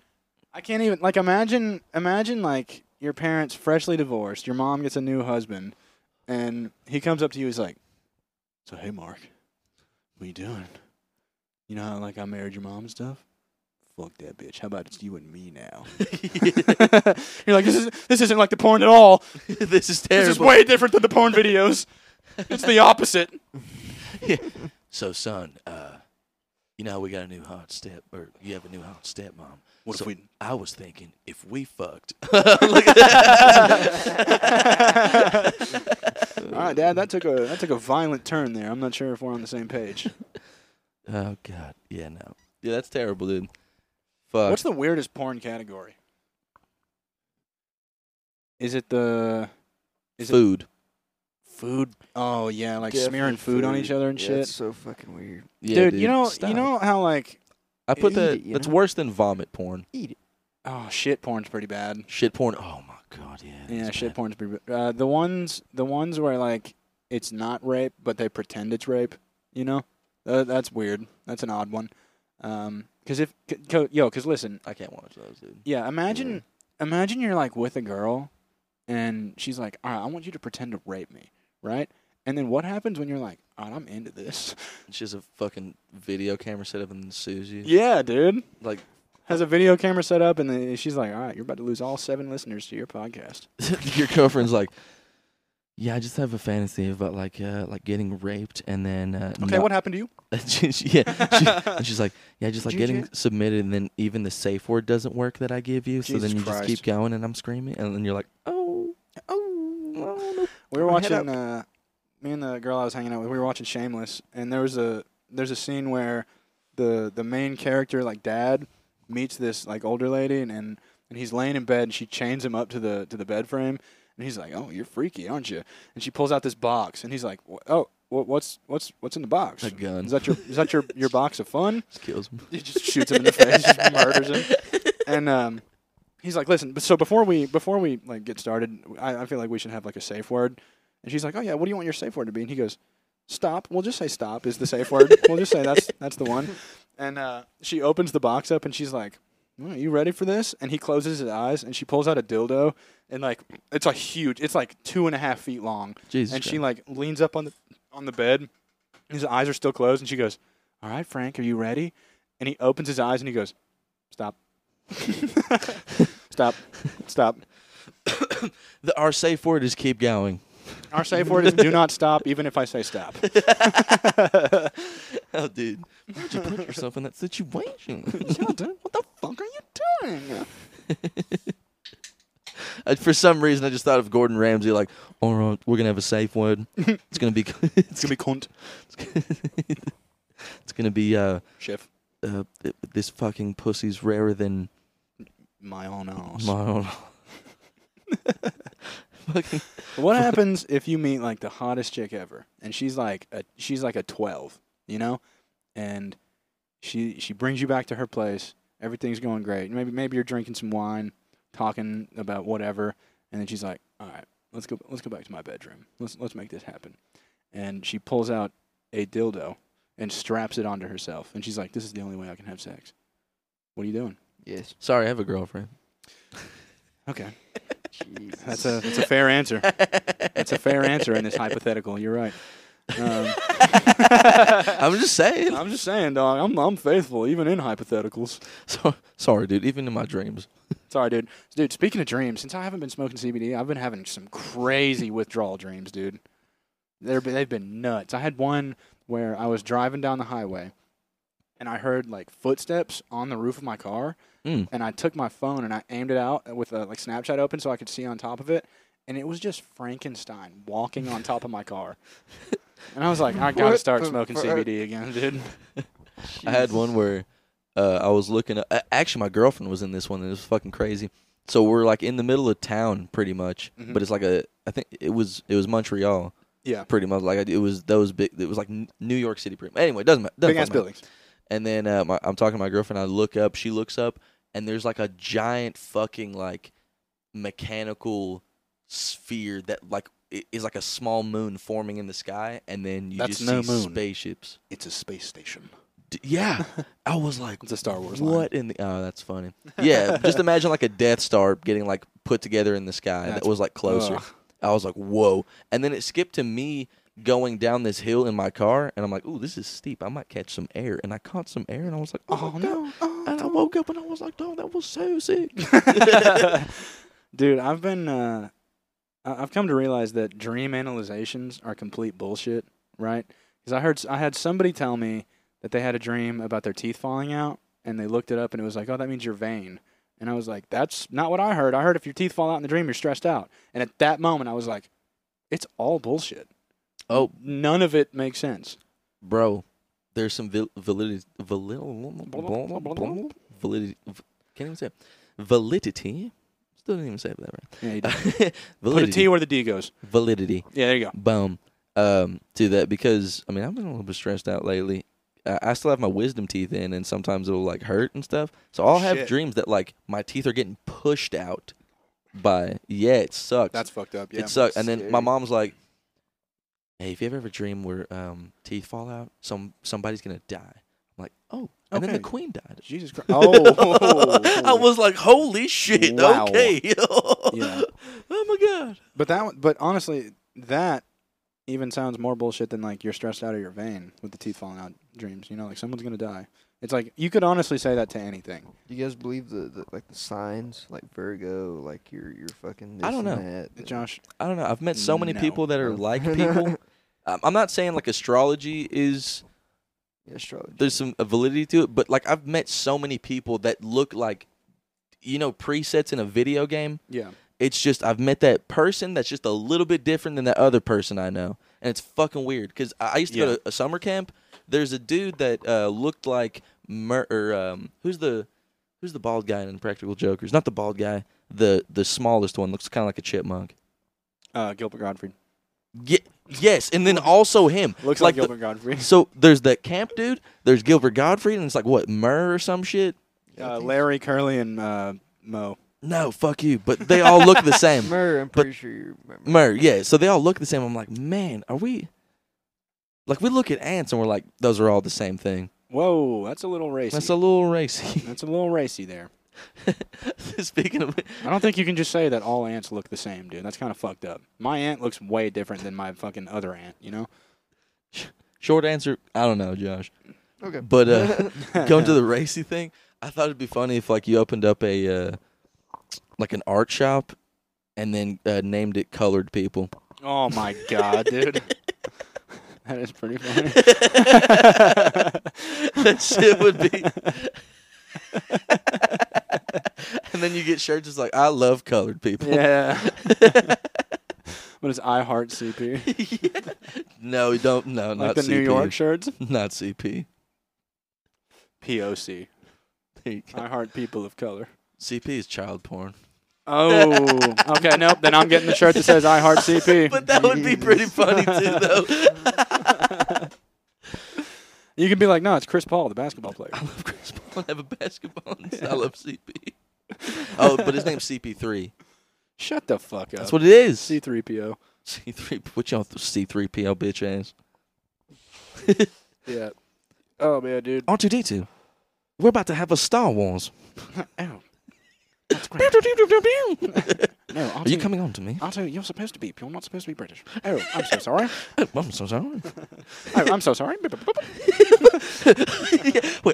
[SPEAKER 2] I can't even like imagine imagine like your parents freshly divorced, your mom gets a new husband, and he comes up to you, he's like, So hey Mark, what you doing? You know how like I married your mom and stuff? Fuck that bitch. How about it's you and me now? You're like, this is this isn't like the porn at all.
[SPEAKER 1] this
[SPEAKER 2] This
[SPEAKER 1] is terrible.
[SPEAKER 2] is way different than the porn videos. It's the opposite.
[SPEAKER 1] so, son, uh, you know how we got a new hot step, or you have a new hot stepmom.
[SPEAKER 2] What
[SPEAKER 1] so
[SPEAKER 2] if we
[SPEAKER 1] I was thinking if we fucked. Look at that.
[SPEAKER 2] All right, Dad, that took a that took a violent turn there. I'm not sure if we're on the same page.
[SPEAKER 1] oh God. Yeah. No. Yeah, that's terrible, dude. Fuck.
[SPEAKER 2] What's the weirdest porn category? Is it the is it-
[SPEAKER 1] food?
[SPEAKER 2] food? Oh yeah, like
[SPEAKER 3] Definitely
[SPEAKER 2] smearing food, on each other and
[SPEAKER 3] Yeah,
[SPEAKER 2] shit.
[SPEAKER 3] It's so fucking weird.
[SPEAKER 1] Yeah,
[SPEAKER 2] dude, you know
[SPEAKER 1] stop.
[SPEAKER 2] you know how like
[SPEAKER 1] I put
[SPEAKER 3] eat
[SPEAKER 1] that.
[SPEAKER 3] it, you
[SPEAKER 1] that's
[SPEAKER 3] know?
[SPEAKER 1] worse than vomit porn.
[SPEAKER 2] oh shit porn's pretty bad.
[SPEAKER 1] Shit porn. Oh my God. Yeah.
[SPEAKER 2] Yeah,
[SPEAKER 1] that's
[SPEAKER 2] shit
[SPEAKER 1] bad.
[SPEAKER 2] porn's pretty bad. Uh, the ones the ones where like it's not rape but they pretend it's rape, you know? Uh, that's weird. That's an odd one. Um 'cause cuz if c- co- yo, cuz listen,
[SPEAKER 1] I can't watch those, dude.
[SPEAKER 2] Yeah, imagine imagine you're like with a girl and she's like, "All right, I want you to pretend to rape me." Right? And then what happens when you're like, "All right, I'm into this."
[SPEAKER 1] She has a fucking video camera set up and sues you.
[SPEAKER 2] yeah, dude.
[SPEAKER 1] Like,
[SPEAKER 2] Has a video camera set up and then she's like, "All right, you're about to lose all seven listeners to your podcast."
[SPEAKER 1] your girlfriend's like, yeah, I just have a fantasy about like, uh, like getting raped and then. Uh,
[SPEAKER 2] Okay,
[SPEAKER 1] not-
[SPEAKER 2] what happened to you?
[SPEAKER 1] She- she- yeah, she- and she's like, yeah, just like
[SPEAKER 2] Did you
[SPEAKER 1] getting submitted, and then even the safe word doesn't work that I give you, so
[SPEAKER 2] Jesus
[SPEAKER 1] then you
[SPEAKER 2] Christ.
[SPEAKER 1] just keep going, and I'm screaming, and then you're like, oh, oh, oh no.
[SPEAKER 2] We were
[SPEAKER 3] Or head
[SPEAKER 2] watching uh, me and the girl I was hanging out with. We were watching Shameless, and there was a there's a scene where the the main character, like dad, meets this like older lady, and and, and he's laying in bed, and she chains him up to the to the bed frame, and he's like, "Oh, you're freaky, aren't you?" And she pulls out this box, and he's like, "Wh- "Oh, wha- what's what's what's in the box?
[SPEAKER 1] A gun.
[SPEAKER 2] Is that your is that your your box of fun?"
[SPEAKER 1] Just kills him.
[SPEAKER 2] He just shoots him in the face, just murders him. And um, he's like, "Listen, but so before we before we like get started, I, I feel like we should have like a safe word." And she's like, "Oh yeah, what do you want your safe word to be?" And he goes, "Stop." We'll just say "stop" is the safe word. we'll just say that's that's the one. And uh, she opens the box up, and she's like. "Mm, you ready for this? And he closes his eyes, and she pulls out a dildo, and like it's a huge, it's like two and a half feet long,
[SPEAKER 1] Jesus.
[SPEAKER 2] and she
[SPEAKER 1] Christ.
[SPEAKER 2] like leans up on the on the bed. His eyes are still closed, and she goes, "All right, Frank, are you ready?" And he opens his eyes and he goes, "Stop, stop, stop."
[SPEAKER 1] the, our safe word is keep going.
[SPEAKER 2] Our safe word is "Do not stop," even if I say "stop."
[SPEAKER 1] Oh, dude, why'd you put yourself in that situation?
[SPEAKER 2] Yeah, dude, what the fuck are you doing?
[SPEAKER 1] I, for some reason, I just thought of Gordon Ramsay. Like, all right, we're gonna have a safe word. It's gonna be.
[SPEAKER 2] It's gonna be cunt,
[SPEAKER 1] It's gonna be. Uh,
[SPEAKER 2] chef.
[SPEAKER 1] uh, th- this fucking pussy's rarer than
[SPEAKER 2] My own ass.
[SPEAKER 1] my own. fucking.
[SPEAKER 2] what happens if you meet like the hottest chick ever, and she's like a she's like a twelve, you know, and she she brings you back to her place. Everything's going great. Maybe maybe you're drinking some wine, talking about whatever, and then she's like, "All right, let's go let's go back to my bedroom. Let's let's make this happen." And she pulls out a dildo and straps it onto herself, and she's like, "This is the only way I can have sex." What are you doing?
[SPEAKER 3] Yes.
[SPEAKER 1] Sorry, I have a girlfriend.
[SPEAKER 2] Okay,
[SPEAKER 3] Jesus.
[SPEAKER 2] that's a that's a fair answer. That's a fair answer in this hypothetical. You're right. Um,
[SPEAKER 1] I'm just saying.
[SPEAKER 2] I'm just saying, dog. I'm I'm faithful even in hypotheticals.
[SPEAKER 1] So, sorry, dude. Even in my dreams.
[SPEAKER 2] Sorry, dude. Dude, speaking of dreams, since I haven't been smoking CBD, I've been having some crazy withdrawal dreams, dude. They're they've been nuts. I had one where I was driving down the highway, and I heard like footsteps on the roof of my car,
[SPEAKER 1] Mm.
[SPEAKER 2] and I took my phone and I aimed it out with a, like Snapchat open so I could see on top of it, and it was just Frankenstein walking on top of my car. And I was like, I gotta
[SPEAKER 3] What
[SPEAKER 2] start
[SPEAKER 3] the
[SPEAKER 2] smoking
[SPEAKER 3] fuck?
[SPEAKER 2] CBD again, dude.
[SPEAKER 1] I had one where uh, I was looking. Up, a- actually, my girlfriend was in this one, and it was fucking crazy. So we're like in the middle of town, pretty much.
[SPEAKER 2] Mhm.
[SPEAKER 1] But it's like a. I think it was it was Montreal,
[SPEAKER 2] Yeah,
[SPEAKER 1] pretty much. Like it was those big. It was like N- New York City, pretty much. Anyway, doesn't matter. doesn't
[SPEAKER 2] big ass
[SPEAKER 1] fucking matter.
[SPEAKER 2] buildings.
[SPEAKER 1] And then uh, my, I'm talking to my girlfriend. I look up. She looks up, and there's like a giant fucking like mechanical sphere that like i- is like a small moon forming in the sky, and then you
[SPEAKER 2] That's
[SPEAKER 1] just
[SPEAKER 2] no
[SPEAKER 1] see
[SPEAKER 2] moon.
[SPEAKER 1] spaceships.
[SPEAKER 2] It's a space station.
[SPEAKER 1] D- yeah, I was like,
[SPEAKER 2] It's a Star Wars line.
[SPEAKER 1] what in the? Oh, that's funny. Yeah, just imagine like a Death Star getting like put together in the sky that
[SPEAKER 2] That's-
[SPEAKER 1] was like closer.
[SPEAKER 2] Ugh.
[SPEAKER 1] I was like, whoa. And then it skipped to me going down this hill in my car, and I'm like, ooh, this is steep. I might catch some air. And I caught some air, and I was like, oh,
[SPEAKER 2] Oh
[SPEAKER 1] my God.
[SPEAKER 2] no. Oh,
[SPEAKER 1] And I woke up and I was like, "Damn, that was so sick."
[SPEAKER 2] Dude, I've been uh, I- I've come to realize that dream analyzations are complete bullshit, right? Because I heard s- I had somebody tell me that they had a dream about their teeth falling out, and they looked it up, and it was like, "Oh, that means you're vain." And I was like, "That's not what I heard. I heard if your teeth fall out in the dream, you're stressed out." And at that moment, I was like, "It's all bullshit.
[SPEAKER 1] Oh,
[SPEAKER 2] None of it makes sense."
[SPEAKER 1] bro, there's some val- validity, validity, validity. Can't even say it. validity. Still didn't even say that right.
[SPEAKER 2] Yeah, you did. Put a T
[SPEAKER 1] validity,
[SPEAKER 2] where the D goes.
[SPEAKER 1] validity.
[SPEAKER 2] Yeah, there you go.
[SPEAKER 1] Boom. Um, to that because I mean I've been a little bit stressed out lately. I, I still have my wisdom teeth in, and sometimes it'll like hurt and stuff. So I'll have
[SPEAKER 2] Shit.
[SPEAKER 1] dreams that like my teeth are getting pushed out by. Yeah, it sucks.
[SPEAKER 2] That's fucked up. Yeah.
[SPEAKER 1] it sucks. And then my
[SPEAKER 3] Scary.
[SPEAKER 1] mom's like, "Hey, if you ever ever dream where um, teeth fall out, some somebody's gonna die." I'm like, "Oh," and then the
[SPEAKER 2] Okay.
[SPEAKER 1] queen died.
[SPEAKER 2] Jesus Christ. Oh.
[SPEAKER 1] I was like, "Holy shit!"
[SPEAKER 2] Wow.
[SPEAKER 1] Okay.
[SPEAKER 2] Yeah.
[SPEAKER 1] Oh my god.
[SPEAKER 2] But that, one- but honestly, that even sounds more bullshit than like you're stressed out of your vein with the teeth falling out dreams. You know, like someone's gonna die. It's like you could honestly say that to anything.
[SPEAKER 3] Do you guys believe the, the like the signs like Virgo like your your fucking? This
[SPEAKER 1] I don't
[SPEAKER 3] and That.
[SPEAKER 2] Josh,
[SPEAKER 1] I don't know. I've met so many
[SPEAKER 2] No.
[SPEAKER 1] people that are like people. Um, I'm not saying like astrology is
[SPEAKER 3] Yeah, astrology.
[SPEAKER 1] there's some validity to it, but like I've met so many people that look like you know presets in a video game
[SPEAKER 2] yeah,
[SPEAKER 1] It's just I've met that person that's just a little bit different than that other person I know, and it's fucking weird. Cause I I used to
[SPEAKER 2] Yeah.
[SPEAKER 1] go to a summer camp. There's a dude that uh, looked like Mer- or um, who's the who's the bald guy in Impractical Jokers? Not the bald guy. The the smallest one looks kind of like a chipmunk.
[SPEAKER 2] uh, Gilbert Godfrey
[SPEAKER 1] Ye- yes, and then also him
[SPEAKER 2] looks like,
[SPEAKER 1] like, the-
[SPEAKER 2] Gilbert Godfrey.
[SPEAKER 1] so there's that camp dude. There's Gilbert Godfrey, and it's like what Murr or some shit.
[SPEAKER 3] Yeah, I
[SPEAKER 2] Uh,
[SPEAKER 3] think
[SPEAKER 2] Larry Curly and uh, Mo.
[SPEAKER 1] No, fuck you. But they all look the same.
[SPEAKER 3] so. Mer, I'm
[SPEAKER 1] but-
[SPEAKER 3] pretty sure you remember.
[SPEAKER 1] Mer, yeah. So they all look the same. I'm like, man, are we? Like we look at ants and we're like, those are all the same thing.
[SPEAKER 2] Whoa, that's a little racy.
[SPEAKER 1] That's a little racy.
[SPEAKER 2] That's a little racy there.
[SPEAKER 1] Speaking of,
[SPEAKER 2] I don't think you can just say that all ants look the same, dude. That's kind of fucked up. My ant looks way different than my fucking other ant. You know.
[SPEAKER 1] short answer, I don't know, Josh.
[SPEAKER 3] Okay.
[SPEAKER 1] But uh, going to the racy thing, I thought it'd be funny if like you opened up a uh, like an art shop and then uh, named it Colored People.
[SPEAKER 2] Oh my god, dude. That is pretty funny.
[SPEAKER 1] that shit would be. and then you get shirts that's like, I love colored people.
[SPEAKER 2] Yeah. what is I Heart CP?
[SPEAKER 1] No, you don't. No,
[SPEAKER 2] like
[SPEAKER 1] not
[SPEAKER 2] the
[SPEAKER 1] CP.
[SPEAKER 2] New York shirts?
[SPEAKER 1] Not CP.
[SPEAKER 2] POC.
[SPEAKER 1] There you go.
[SPEAKER 2] I Heart People of Color.
[SPEAKER 1] CP is child porn.
[SPEAKER 2] Oh. okay, nope. Then I'm getting the shirt that says I Heart CP.
[SPEAKER 1] But that would be pretty funny too, though.
[SPEAKER 2] you can be like, no, it's Chris Paul, the basketball player.
[SPEAKER 1] I love Chris Paul. I have a basketball. And I love CP. Oh, but his name's CP3.
[SPEAKER 2] Shut the fuck up.
[SPEAKER 1] That's what it is.
[SPEAKER 2] C3PO.
[SPEAKER 1] C3. What y'all C3PL bitch ass?
[SPEAKER 2] Yeah. Oh, man, dude.
[SPEAKER 1] R2D2. We're about to have a Star Wars.
[SPEAKER 2] Ow.
[SPEAKER 1] Are
[SPEAKER 2] No, I'll
[SPEAKER 1] you coming on to me?
[SPEAKER 2] Otto, you're supposed to be. You're not supposed to be British. Oh, I'm so sorry.
[SPEAKER 1] I'm so sorry.
[SPEAKER 2] Oh, I'm so sorry.
[SPEAKER 1] Wait,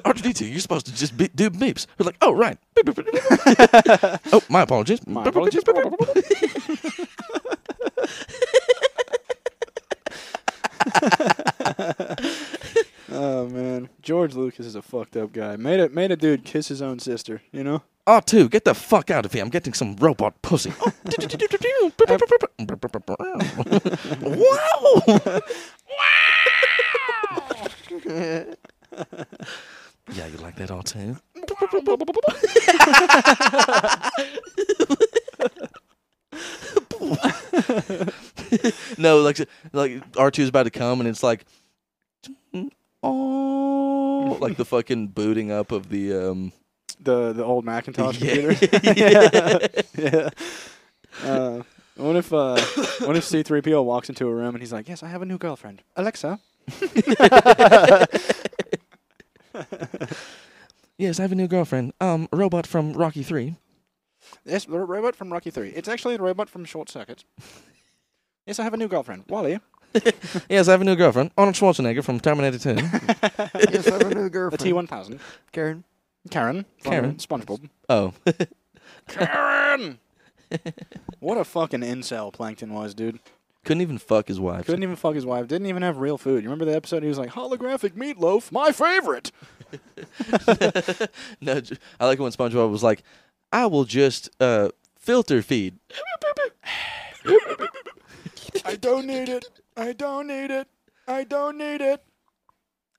[SPEAKER 1] R2D2, you're supposed to just be, do beeps. We're like, oh, right. Beep, beep, beep. oh, my apologies.
[SPEAKER 2] My apologies. oh man, George Lucas is a fucked up guy. Made a made a dude kiss his own sister. You know,
[SPEAKER 1] R2, get the fuck out of here. I'm getting some robot pussy. Oh, wow. yeah, you like that, R2? no, like, like R2 is about to come, and it's like, oh.
[SPEAKER 2] What-
[SPEAKER 1] like the fucking booting up of the um
[SPEAKER 2] the the old Macintosh
[SPEAKER 1] Yeah.
[SPEAKER 2] computer. yeah. yeah. Uh, I wonder if uh, I wonder if C3PO walks into a room and he's like, "Yes, I have a new girlfriend, Alexa."
[SPEAKER 6] Yes, I have a new girlfriend. Um, robot from Rocky Three.
[SPEAKER 2] Yes, the robot from Rocky Three. It's actually the robot from Short Circuit. Yes, I have a new girlfriend, Wally.
[SPEAKER 6] Yes, I have a new girlfriend. Arnold Schwarzenegger from Terminator Two.
[SPEAKER 3] yes, I have a new
[SPEAKER 2] The
[SPEAKER 3] girlfriend.
[SPEAKER 2] T1000.
[SPEAKER 3] Karen.
[SPEAKER 2] Karen.
[SPEAKER 6] Karen.
[SPEAKER 2] From SpongeBob.
[SPEAKER 6] oh,
[SPEAKER 2] Karen. what a fucking incel Plankton was, dude.
[SPEAKER 1] couldn't even fuck his wife.
[SPEAKER 2] Couldn't even fuck his wife. Didn't even have real food. You remember the episode? He was like, "Holographic meatloaf, my favorite."
[SPEAKER 1] no, ju- I like when SpongeBob was like, "I will just uh filter feed."
[SPEAKER 2] I don't need it. I don't need it. I don't need it.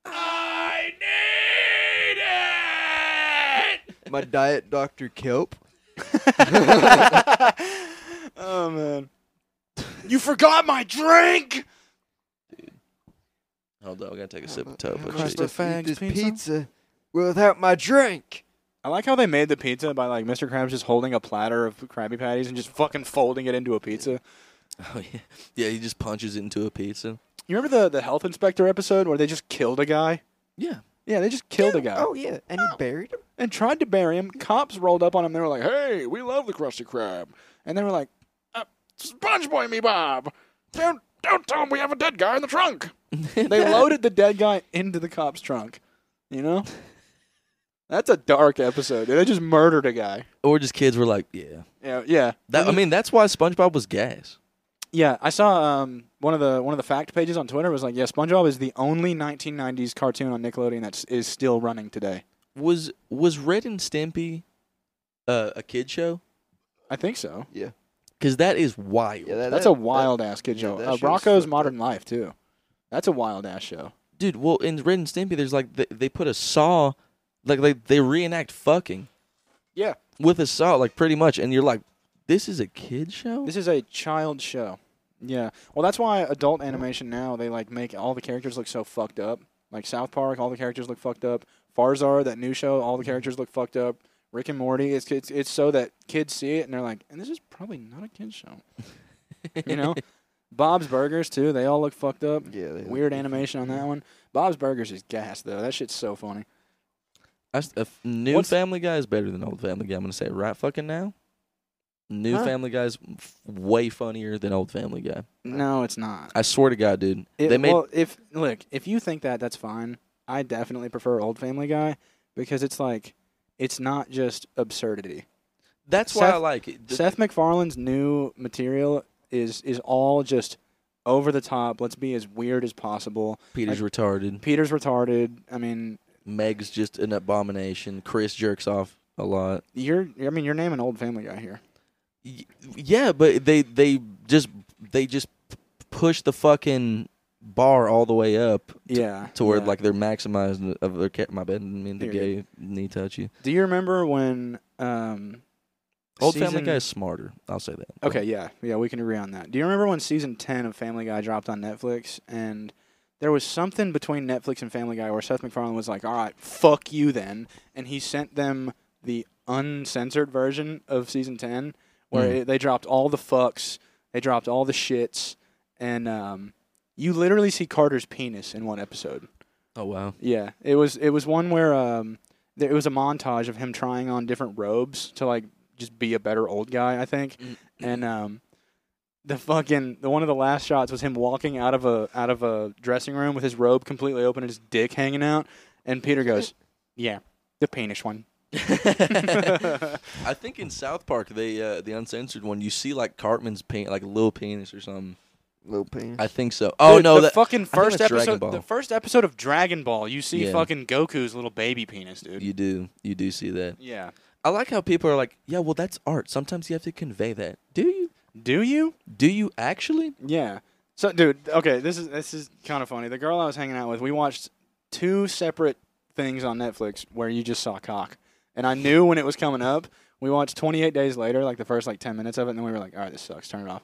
[SPEAKER 2] I need it.
[SPEAKER 3] My diet Dr. Kelp.
[SPEAKER 2] oh man. You forgot my drink.
[SPEAKER 1] Hold on, we gotta take a sip of topo.
[SPEAKER 2] Christ,
[SPEAKER 1] cheese.
[SPEAKER 2] the fags
[SPEAKER 3] this
[SPEAKER 2] pizza?
[SPEAKER 3] pizza? without my drink.
[SPEAKER 2] I like how they made the pizza by like Mr. Krabs just holding a platter of Krabby Patties and just fucking folding it into a pizza.
[SPEAKER 1] Oh, yeah. yeah, he just punches it into a pizza.
[SPEAKER 2] You remember the the health inspector episode where they just killed a guy?
[SPEAKER 1] Yeah.
[SPEAKER 2] Yeah, they just killed a guy.
[SPEAKER 3] Oh yeah, and he buried him.
[SPEAKER 2] and tried to bury him. Cops rolled up on him. They were like, "Hey, we love the Krusty Krab," and they were like, uh, "SpongeBob me Bob, don't don't tell him we have a dead guy in the trunk." they loaded the dead guy into the cop's trunk. You know, that's a dark episode. dude. They just murdered a guy.
[SPEAKER 1] Or just kids were like, "Yeah."
[SPEAKER 2] Yeah, yeah.
[SPEAKER 1] That I mean, that's why SpongeBob was gas.
[SPEAKER 2] Yeah, I saw um, one of the one of the fact pages on Twitter was like, "Yeah, SpongeBob is the only 1990s cartoon on Nickelodeon that is is still running today."
[SPEAKER 1] Was was Red and Stimpy uh, a kid show?
[SPEAKER 2] I think so.
[SPEAKER 1] Because that is wild,
[SPEAKER 3] Yeah, that,
[SPEAKER 2] That's
[SPEAKER 3] that-
[SPEAKER 2] a wild ass kid
[SPEAKER 3] yeah,
[SPEAKER 2] show.
[SPEAKER 3] that
[SPEAKER 2] Uh,
[SPEAKER 3] show's
[SPEAKER 2] Rocco's
[SPEAKER 3] fucked
[SPEAKER 2] Modern Life too. That's a wild ass show.
[SPEAKER 1] dude. Well, in Red and Stimpy, there's like they, they put a saw, like they they reenact fucking
[SPEAKER 2] Yeah,
[SPEAKER 1] with a saw, like pretty much, and you're like, "This is a kid show."
[SPEAKER 2] this is a child show. Yeah. Well, that's why adult animation now they like make all the characters look so fucked up. Like South Park, all the characters look fucked up. Farzar, that new show, all the characters look fucked up. Rick and Morty, it's it's, it's so that kids see it and they're like, and this is probably not a kid show. you know, Bob's Burgers too. They all look fucked up.
[SPEAKER 3] Yeah, they-
[SPEAKER 2] Weird animation on that one. Bob's Burgers is gas though. That shit's so funny.
[SPEAKER 1] I s- a f- new
[SPEAKER 2] What's-
[SPEAKER 1] Family Guy is better than old Family Guy. I'm gonna say it right fucking now. New
[SPEAKER 3] Huh?
[SPEAKER 1] Family Guy is f- way funnier than old Family Guy.
[SPEAKER 2] No, it's not.
[SPEAKER 1] I swear to God, dude.
[SPEAKER 2] It-
[SPEAKER 1] they made
[SPEAKER 2] well, if look, if you think that, that's fine. I definitely prefer Old Family Guy because it's like it's not just absurdity.
[SPEAKER 1] that's why I
[SPEAKER 2] Seth-
[SPEAKER 1] like it. The-
[SPEAKER 2] Seth MacFarlane's new material is is all just over the top. Let's be as weird as possible.
[SPEAKER 1] Peter's retarded.
[SPEAKER 2] Peter's retarded. I mean,
[SPEAKER 1] Meg's just an abomination. Chris jerks off a lot.
[SPEAKER 2] you're I mean, you're naming Old Family Guy here.
[SPEAKER 1] Y- yeah, but they they just they just p- push the fucking bar all the way up
[SPEAKER 2] Yeah.
[SPEAKER 1] to where
[SPEAKER 2] yeah.
[SPEAKER 1] like they're maximizing it- of their ca- my bad didn't mean to
[SPEAKER 2] Here you
[SPEAKER 1] gay knee touch you.
[SPEAKER 2] do you remember when um
[SPEAKER 1] Old Family
[SPEAKER 2] season-
[SPEAKER 1] Guy is smarter. I'll say that.
[SPEAKER 2] Okay, yeah, yeah, we can agree on that. Do you remember when season ten of Family Guy dropped on Netflix, and there was something between Netflix and Family Guy where Seth MacFarlane was like, "All right, fuck you then," and he sent them the uncensored version of season ten, where
[SPEAKER 1] Mhm.
[SPEAKER 2] it, they dropped all the fucks, they dropped all the shits, and um, you literally see Carter's penis in one episode.
[SPEAKER 1] Oh wow.
[SPEAKER 2] Yeah, it was it was one where um, there, it was a montage of him trying on different robes to like just be a better old guy, I think.
[SPEAKER 1] Mm-hmm.
[SPEAKER 2] And um, the fucking the one of the last shots was him walking out of a out of a dressing room with his robe completely open and his dick hanging out. And Peter goes, "Yeah, the penis one."
[SPEAKER 1] I think in South Park they uh, the uncensored one you see like Cartman's pen like little penis or something.
[SPEAKER 3] Little penis.
[SPEAKER 1] I think so. Oh
[SPEAKER 2] Dude,
[SPEAKER 1] no,
[SPEAKER 2] the
[SPEAKER 1] that,
[SPEAKER 2] fucking
[SPEAKER 1] think
[SPEAKER 2] first
[SPEAKER 1] that's Dragon
[SPEAKER 2] episode.
[SPEAKER 1] Ball.
[SPEAKER 2] The first episode of Dragon Ball, you see
[SPEAKER 1] Yeah.
[SPEAKER 2] fucking Goku's little baby penis, dude.
[SPEAKER 1] you do you do see that.
[SPEAKER 2] yeah.
[SPEAKER 1] I like how people are like, yeah, well that's art. Sometimes you have to convey that. Do you?
[SPEAKER 2] Do you?
[SPEAKER 1] Do you actually?
[SPEAKER 2] Yeah. So, dude, okay, this is this is kind of funny. The girl I was hanging out with, we watched two separate things on Netflix where you just saw cock, and I knew when it was coming up. We watched 28 Days Later, like the first like 10 minutes of it, and then we were like, all right, this sucks, turn it off.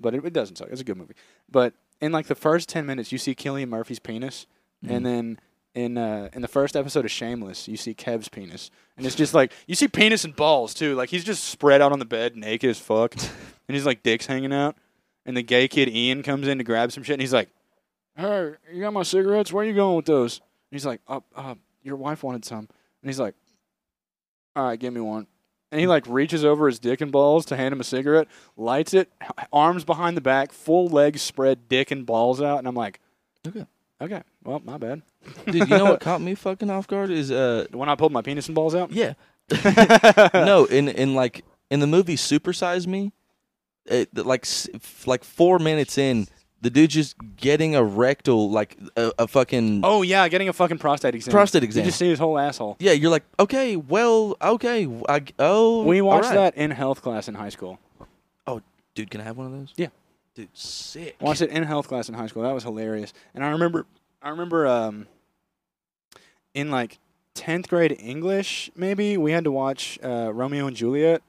[SPEAKER 2] But it, it doesn't
[SPEAKER 1] Mm.
[SPEAKER 2] suck. It's a good movie. But in like the first 10 minutes, you see Killian Murphy's penis, and then in uh, in the first episode of Shameless, you see Kev's penis, and it's just like you see penis and balls too. Like he's just spread out on the bed, naked as fuck, and he's like dicks hanging out. And the gay kid Ian comes in to grab some shit, and he's like, "Hey, you got my cigarettes? Where you going with those?" And he's like, "Uh, uh your wife wanted some," and he's like, "All right, give me one." And he like reaches over his dick and balls to hand him a cigarette, lights it, h- arms behind the back, full legs spread, dick and balls out, and I'm like,
[SPEAKER 6] Okay.
[SPEAKER 2] okay, well, my bad."
[SPEAKER 6] Dude, you know what caught me fucking off guard is uh
[SPEAKER 2] When I pulled my penis and balls out?
[SPEAKER 1] Yeah.
[SPEAKER 2] no.
[SPEAKER 1] no, in in like in the movie Supersize Me, it, th- like s- f- like four minutes in, the dude just getting a rectal like a, a fucking
[SPEAKER 2] Oh yeah, getting a fucking prostate exam.
[SPEAKER 1] prostate
[SPEAKER 2] You
[SPEAKER 1] exam.
[SPEAKER 2] just see his whole asshole.
[SPEAKER 1] yeah, you're like, okay, well, okay, I g oh,
[SPEAKER 2] We
[SPEAKER 1] all
[SPEAKER 2] watched
[SPEAKER 1] right.
[SPEAKER 2] that in health class in high school.
[SPEAKER 1] Dude, can I have one of those?
[SPEAKER 2] Yeah.
[SPEAKER 1] Dude, sick.
[SPEAKER 2] Watched it in health class in high school. That was hilarious. And I remember, I remember, um, in like tenth grade English, maybe we had to watch uh, Romeo and Juliet.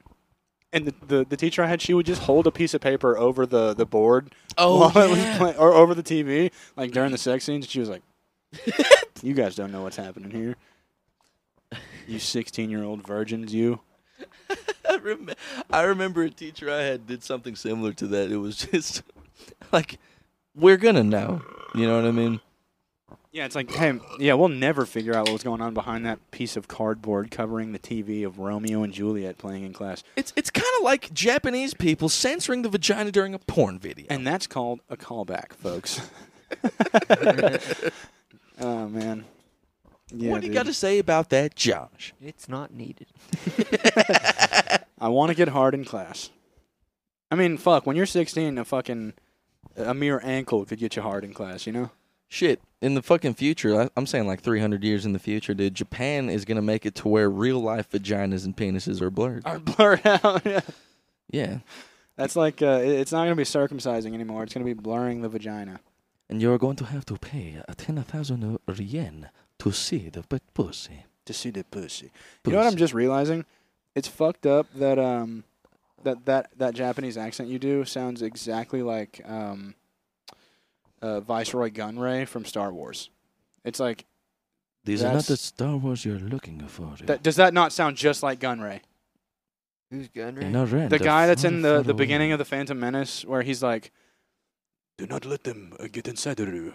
[SPEAKER 2] And the, the, the teacher I had, she would just hold a piece of paper over the, the board
[SPEAKER 1] Oh,
[SPEAKER 2] while it was
[SPEAKER 1] yeah.
[SPEAKER 2] play- or over the TV, like during the sex scenes. And she was like, You guys don't know what's happening here. You 16 year old virgins, you.
[SPEAKER 1] I, rem- I remember a teacher I had did something similar to that. It was just like, we're gonna know. You know what I mean?
[SPEAKER 2] Yeah, it's like, hey, yeah, we'll never figure out what was going on behind that piece of cardboard covering the TV of Romeo and Juliet playing in class.
[SPEAKER 1] It's it's kind of like Japanese people censoring the vagina during a porn video.
[SPEAKER 2] And that's called a callback, folks. oh, man. Yeah,
[SPEAKER 1] what do you
[SPEAKER 2] dude.
[SPEAKER 1] got to say about that, Josh?
[SPEAKER 3] It's not needed.
[SPEAKER 2] I want to get hard in class. I mean, fuck, when you're 16, a fucking, a mere ankle could get you hard in class, you know?
[SPEAKER 1] Shit, in the fucking future, I, I'm saying like 300 years in the future, dude, Japan is gonna make it to where real life vaginas and penises are blurred.
[SPEAKER 2] Or blurred out, yeah.
[SPEAKER 1] Yeah,
[SPEAKER 2] That's like uh, it- it's not gonna be circumcising anymore. It's gonna be blurring the vagina.
[SPEAKER 1] and you're going to have to pay a 10,000 yen to see the butt pussy.
[SPEAKER 2] To see the pussy. You know what I'm just realizing? It's fucked up that um that that that Japanese accent you do sounds exactly like um uh, Viceroy Gunray from Star Wars. It's like
[SPEAKER 1] These are not
[SPEAKER 2] That's-
[SPEAKER 1] the Star Wars you're looking for.
[SPEAKER 2] that, does that not sound just like Gunray?
[SPEAKER 3] Who's Gunray?
[SPEAKER 1] And I ran
[SPEAKER 2] The guy that's in the,
[SPEAKER 1] far, far
[SPEAKER 2] the beginning
[SPEAKER 1] away.
[SPEAKER 2] of the Phantom Menace where he's like, "Do not let them uh, get inside the Roo.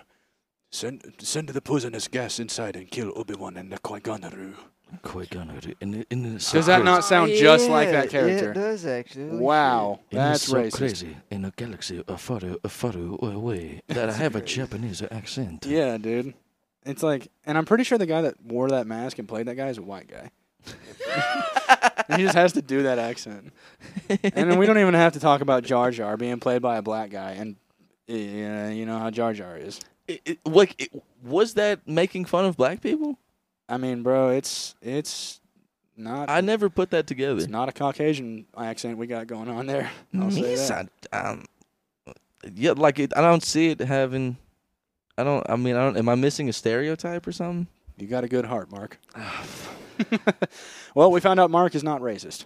[SPEAKER 2] Send send the poisonous gas inside and kill Obi Wan and the Qui Gon Roo."
[SPEAKER 1] Qui-Gon, in, in the
[SPEAKER 2] Does that not sound just like that
[SPEAKER 3] it
[SPEAKER 2] character?
[SPEAKER 3] does actually. Holy
[SPEAKER 2] Wow,
[SPEAKER 1] It is
[SPEAKER 2] that's
[SPEAKER 1] so
[SPEAKER 2] racist.
[SPEAKER 1] crazy in a galaxy a far, a far away that I
[SPEAKER 3] That's
[SPEAKER 1] have a
[SPEAKER 3] crazy.
[SPEAKER 1] Japanese accent.
[SPEAKER 2] Yeah, dude. It's like, and I'm pretty sure the guy that wore that mask and played that guy is a white guy. and he just has to do that accent. And then we don't even have to talk about Jar Jar being played by a black guy, and yeah, you know how Jar Jar is.
[SPEAKER 1] It, it- like, it- was that making fun of black people?
[SPEAKER 2] I mean, bro, it's it's not
[SPEAKER 1] I never put that together.
[SPEAKER 2] it's not a Caucasian accent we got going on there. I'll say
[SPEAKER 1] Yes,
[SPEAKER 2] that.
[SPEAKER 1] I- um, yeah, like it, I don't see it having. I don't. I mean, I don't. Am I missing a stereotype or something?
[SPEAKER 2] You got a good heart, Mark. well, we found out Mark is not racist.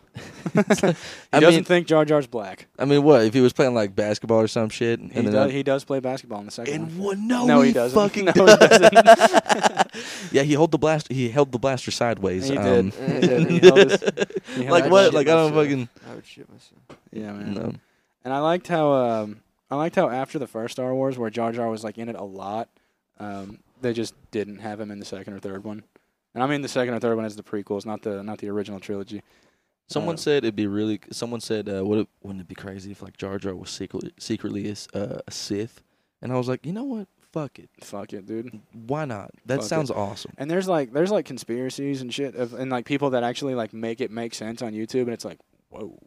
[SPEAKER 2] He
[SPEAKER 1] I
[SPEAKER 2] doesn't
[SPEAKER 1] mean,
[SPEAKER 2] think Jar Jar's black.
[SPEAKER 1] I mean, what if he was playing like basketball or some shit?
[SPEAKER 2] He,
[SPEAKER 1] then
[SPEAKER 2] does,
[SPEAKER 1] I-
[SPEAKER 2] he does play basketball in the second one.
[SPEAKER 1] and what? No,
[SPEAKER 2] No,
[SPEAKER 1] he,
[SPEAKER 2] he doesn't.
[SPEAKER 1] Fucking
[SPEAKER 2] No, he
[SPEAKER 1] does. yeah, he held the blast. He held the blaster sideways.
[SPEAKER 2] He
[SPEAKER 1] um,
[SPEAKER 2] did. He did. He held his- he held
[SPEAKER 1] like
[SPEAKER 2] his
[SPEAKER 1] what?
[SPEAKER 2] shit.
[SPEAKER 1] Like I don't
[SPEAKER 3] myself.
[SPEAKER 1] fucking.
[SPEAKER 3] shit. I would shit myself.
[SPEAKER 2] Yeah, man.
[SPEAKER 1] No.
[SPEAKER 2] And I liked how um, I liked how after the first Star Wars, where Jar Jar was like in it a lot, um, they just didn't have him in the second or third one. And I mean the second or third one is the prequels, not the not the original trilogy.
[SPEAKER 1] Someone
[SPEAKER 2] Uh,
[SPEAKER 1] said it'd be really. Someone said, uh, "Would it wouldn't it be crazy if like Jar Jar was secretly secretly a, s- uh, a Sith?" And I was like, you know what? Fuck it.
[SPEAKER 2] Fuck it, dude.
[SPEAKER 1] Why not? That
[SPEAKER 2] Fuck it.
[SPEAKER 1] sounds awesome.
[SPEAKER 2] And there's like there's like conspiracies and shit, of, and like people that actually like make it make sense on YouTube, and it's like, whoa,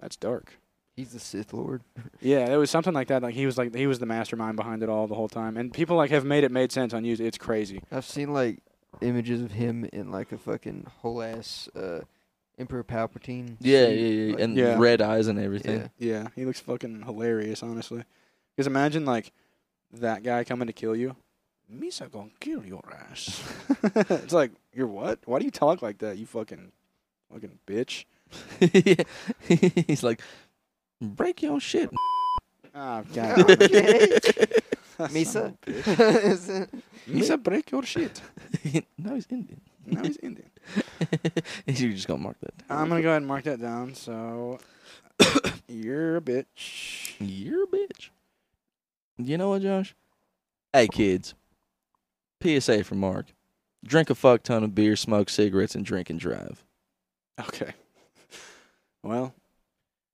[SPEAKER 2] that's dark.
[SPEAKER 3] He's the Sith Lord.
[SPEAKER 2] Yeah, it was something like that. Like he was like he was the mastermind behind it all the whole time, and people like have made it made sense on YouTube. It's crazy.
[SPEAKER 3] I've seen like images of him in like a fucking whole ass uh, Emperor Palpatine.
[SPEAKER 1] Yeah,
[SPEAKER 3] suit,
[SPEAKER 1] yeah, yeah.
[SPEAKER 3] like-
[SPEAKER 1] And
[SPEAKER 2] Yeah.
[SPEAKER 1] red eyes and everything.
[SPEAKER 3] yeah.
[SPEAKER 2] Yeah, he looks fucking hilarious, honestly. Because imagine like that guy coming to kill you. Misa gonna kill your ass. it's like you're what? Why do you talk like that? You fucking fucking bitch.
[SPEAKER 1] He's like, break your shit.
[SPEAKER 2] Ah,
[SPEAKER 3] God damn
[SPEAKER 2] god.
[SPEAKER 3] it. Misa? Is it-
[SPEAKER 2] Misa, break your shit.
[SPEAKER 1] no, he's Indian.
[SPEAKER 2] Now he's Indian.
[SPEAKER 1] You're just gonna mark that. down.
[SPEAKER 2] I'm gonna go ahead and mark that down. So you're a bitch.
[SPEAKER 1] You're a bitch. You know what, Josh? Hey, kids. PSA for Mark. Drink a fuck ton of beer, smoke cigarettes, and drink and drive.
[SPEAKER 2] Okay. Well,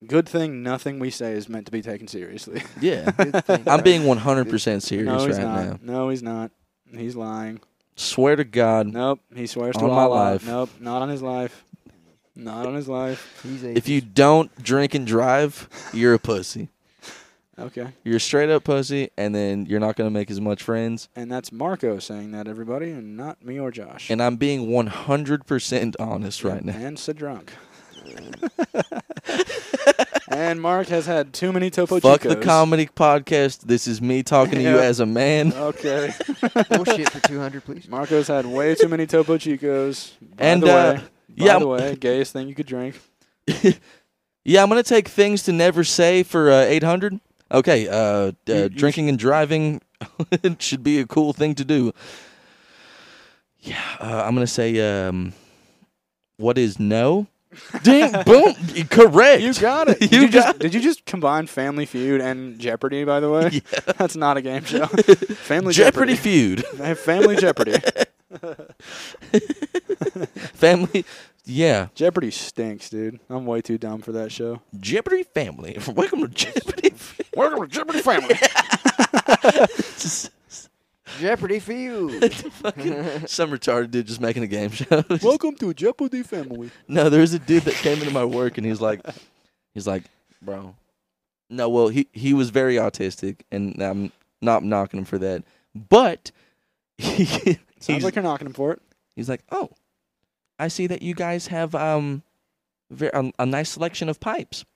[SPEAKER 2] good thing nothing we say is meant to be taken seriously.
[SPEAKER 1] Yeah.
[SPEAKER 3] Good thing,
[SPEAKER 1] I'm
[SPEAKER 3] right?
[SPEAKER 1] being 100% serious
[SPEAKER 2] no, he's
[SPEAKER 1] right
[SPEAKER 2] not.
[SPEAKER 1] now.
[SPEAKER 2] No, he's not. He's lying.
[SPEAKER 1] Swear to God,
[SPEAKER 2] Nope. He swears to
[SPEAKER 1] On my
[SPEAKER 2] Allah.
[SPEAKER 1] life.
[SPEAKER 2] Nope. Not on his life. Not on his life.
[SPEAKER 3] He's a-
[SPEAKER 1] if you don't drink and drive, you're a pussy.
[SPEAKER 2] Okay.
[SPEAKER 1] You're a straight up pussy, and then you're not going to make as much friends.
[SPEAKER 2] And that's Marco saying that, everybody, and not me or Josh.
[SPEAKER 1] And I'm being 100% honest right now.
[SPEAKER 2] And Sidrunk. and Mark has had too many Topo
[SPEAKER 1] Fuck the
[SPEAKER 2] Chicos.
[SPEAKER 1] comedy podcast. This is me talking to you
[SPEAKER 2] Yeah.
[SPEAKER 1] as a man.
[SPEAKER 2] Okay.
[SPEAKER 3] bullshit for 200, please.
[SPEAKER 2] Marco's had way too many Topo Chicos. By
[SPEAKER 1] And,
[SPEAKER 2] the
[SPEAKER 1] uh,
[SPEAKER 2] way, by
[SPEAKER 1] yeah,
[SPEAKER 2] the way, gayest thing you could drink.
[SPEAKER 1] yeah, I'm gonna take things to never say for uh, 800. Okay, uh, d- uh,
[SPEAKER 2] you
[SPEAKER 1] drinking and driving should be a cool thing to do. Yeah, uh, I'm gonna say, um, what is no? Ding, boom, y- correct.
[SPEAKER 2] You got it. Did
[SPEAKER 1] You
[SPEAKER 2] you just,
[SPEAKER 1] got it.
[SPEAKER 2] Did you just combine Family Feud and Jeopardy? By the way, that's not a game show. Family
[SPEAKER 1] Jeopardy
[SPEAKER 2] Jeopardy.
[SPEAKER 1] feud,
[SPEAKER 2] They have Family Jeopardy.
[SPEAKER 1] family. Yeah,
[SPEAKER 2] Jeopardy stinks, dude. I'm way too dumb for that show.
[SPEAKER 1] Jeopardy family. Welcome to Jeopardy.
[SPEAKER 2] Welcome to Jeopardy Family.
[SPEAKER 3] Jeopardy for you.
[SPEAKER 1] Some retarded dude just making a game show.
[SPEAKER 2] Welcome to Jeopardy Family.
[SPEAKER 1] No, there was a dude that came into my work and he's like, he's like, bro. No, well, he he was very autistic, and I'm not knocking him for that, but he,
[SPEAKER 2] Sounds
[SPEAKER 1] he's,
[SPEAKER 2] like you're knocking him for it.
[SPEAKER 1] he's like, oh, I see that you guys have um, ver- a, a nice selection of pipes.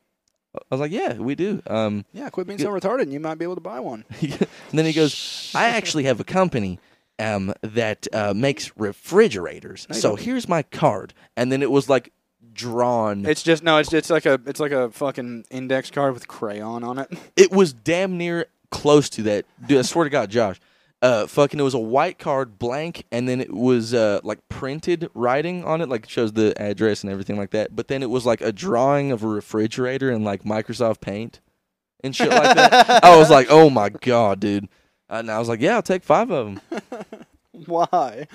[SPEAKER 1] I was like, yeah, we do. Um,
[SPEAKER 2] Yeah, quit being so retarded, and you might be able to buy one.
[SPEAKER 1] and then he goes, I actually have a company um, that uh, makes refrigerators.
[SPEAKER 2] No, you
[SPEAKER 1] So
[SPEAKER 2] don't.
[SPEAKER 1] here's my card, and then it was like drawn.
[SPEAKER 2] It's just no. It's it's like a it's like a fucking index card with crayon on it.
[SPEAKER 1] It was damn near close to that. Dude, I swear to God, Josh. Uh, fucking, it was a white card, blank, and then it was uh, like printed writing on it, like it shows the address and everything like that. But then it was like a drawing of a refrigerator and like Microsoft Paint and shit like that. I was like, oh my god, dude. Uh, And I was like, yeah, I'll take five of them.
[SPEAKER 2] Why?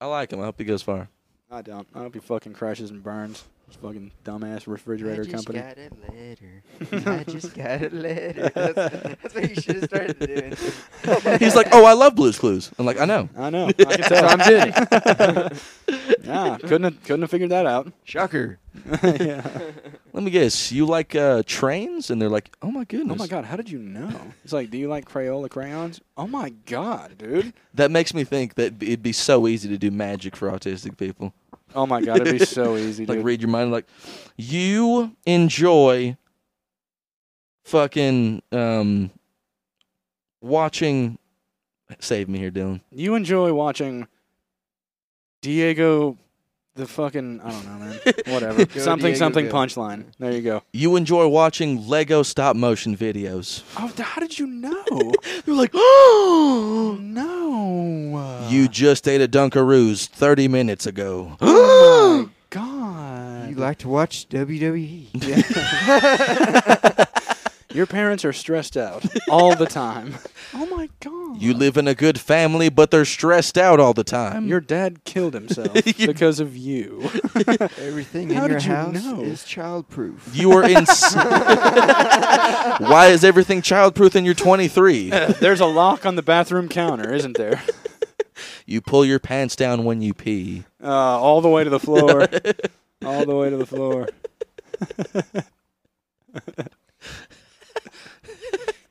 [SPEAKER 1] I like him. I hope he goes far.
[SPEAKER 2] I don't. I hope he fucking crashes and burns. This fucking dumbass refrigerator
[SPEAKER 3] I just
[SPEAKER 2] company.
[SPEAKER 3] got a letter. I just got a letter. That's, that's what you should have started doing.
[SPEAKER 1] He's like, oh, I love Blue's Clues. I'm like, I know.
[SPEAKER 2] I know. I can tell. I'm did. yeah, couldn't have, couldn't have figured that out.
[SPEAKER 3] Shocker.
[SPEAKER 2] yeah.
[SPEAKER 1] Let me guess. You like uh, trains? And they're like, oh my goodness.
[SPEAKER 2] Oh my god, how did you know? It's like, do you like Crayola crayons? Oh my god, dude.
[SPEAKER 1] That makes me think that it'd be so easy to do magic for autistic people.
[SPEAKER 2] Oh my god, it'd be so easy, dude.
[SPEAKER 1] Like read your mind. Like you enjoy fucking um watching. Save me here, Dylan.
[SPEAKER 2] you enjoy watching Diego, the fucking I don't know, man. Whatever.
[SPEAKER 3] Go,
[SPEAKER 2] something
[SPEAKER 3] Diego,
[SPEAKER 2] something
[SPEAKER 3] go.
[SPEAKER 2] punchline. There you go.
[SPEAKER 1] You enjoy watching Lego stop motion videos.
[SPEAKER 2] Oh, th- how did you know?
[SPEAKER 1] You're like, oh.
[SPEAKER 2] no.
[SPEAKER 1] You just ate a Dunkaroos 30 minutes ago.
[SPEAKER 2] Oh my god.
[SPEAKER 3] You like to watch E. WWE?
[SPEAKER 2] Your parents are stressed out all the time. Oh my god.
[SPEAKER 1] You live in a good family, but they're stressed out all the time.
[SPEAKER 2] Your dad killed himself because of you.
[SPEAKER 3] Everything
[SPEAKER 2] How
[SPEAKER 3] in your
[SPEAKER 2] did you
[SPEAKER 3] house
[SPEAKER 2] know?
[SPEAKER 3] is childproof.
[SPEAKER 1] You are in. Why is everything childproof and you're 23?
[SPEAKER 2] There's a lock on the bathroom counter, isn't there?
[SPEAKER 1] You pull your pants down when you pee.
[SPEAKER 2] Uh, all the way to the floor. all the way to the floor.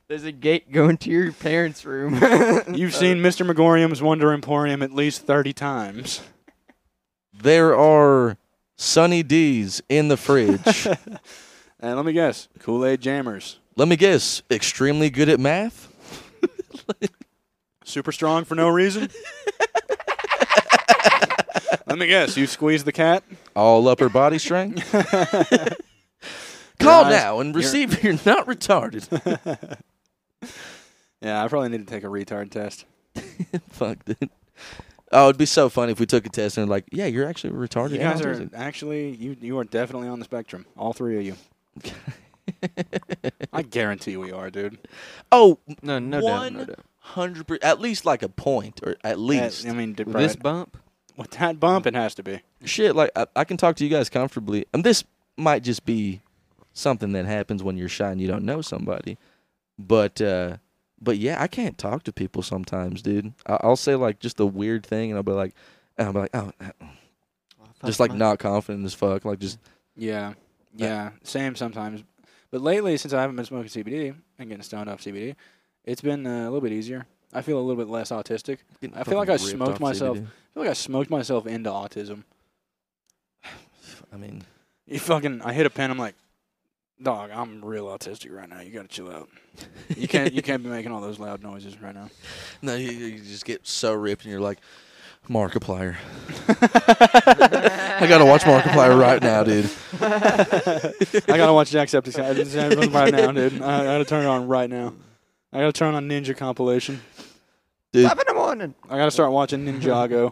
[SPEAKER 3] There's a gate going to your parents' room. That's
[SPEAKER 2] You've seen Mr. Megorium's Wonder Emporium at least 30 times.
[SPEAKER 1] There are Sunny D's in the fridge.
[SPEAKER 2] And let me guess Kool Aid Jammers.
[SPEAKER 1] Let me guess, extremely good at math?
[SPEAKER 2] Super strong for no reason? let me guess. You squeeze the cat?
[SPEAKER 1] All upper body strength? Call
[SPEAKER 2] eyes-
[SPEAKER 1] now and
[SPEAKER 2] your-
[SPEAKER 1] receive. You're not retarded.
[SPEAKER 2] Yeah, I probably need to take a retard test.
[SPEAKER 6] Fuck, dude.
[SPEAKER 1] Oh, it'd be so funny if we took a test and they're like, yeah, you're actually retarded.
[SPEAKER 2] You guys are
[SPEAKER 1] autism."
[SPEAKER 2] actually you you are definitely on the spectrum. All three of you. I guarantee we are, dude.
[SPEAKER 1] Oh,
[SPEAKER 3] No, no doubt, no
[SPEAKER 1] One
[SPEAKER 3] doubt.
[SPEAKER 1] 100%. At least like a point, or at least.
[SPEAKER 2] I mean, did
[SPEAKER 3] With
[SPEAKER 2] Brad,
[SPEAKER 3] this bump,
[SPEAKER 2] with that bump, it has to be.
[SPEAKER 1] Shit, like, I, I can talk to you guys comfortably. And this might just be something that happens when you're shy and you don't know somebody. But, uh, but yeah, I can't talk to people sometimes, dude. I, I'll say like just the weird thing and I'll be like, and I'll be like, oh, just like not confident as fuck. Like just, Uh,
[SPEAKER 2] Yeah, yeah, same sometimes. But lately, since I haven't been smoking CBD and getting stoned off CBD, it's been uh, a little bit easier. I feel a little bit less autistic. I feel like I
[SPEAKER 1] ripped
[SPEAKER 2] smoked
[SPEAKER 1] off
[SPEAKER 2] myself.
[SPEAKER 1] CBD.
[SPEAKER 2] I feel like I smoked myself into autism.
[SPEAKER 1] I mean,
[SPEAKER 2] You fucking, I hit a pen. I'm like, dog, I'm real autistic right now. You gotta chill out. You can't, you can't be making all those loud noises right now.
[SPEAKER 1] No, you, you just get so ripped, and you're like, Markiplier. I gotta watch Markiplier right now, dude.
[SPEAKER 2] I gotta watch Jacksepticeye right now, dude. I gotta turn it on right now. I gotta turn on Ninja compilation.
[SPEAKER 1] Dude,
[SPEAKER 3] Five in the morning.
[SPEAKER 2] I gotta start watching Ninjago.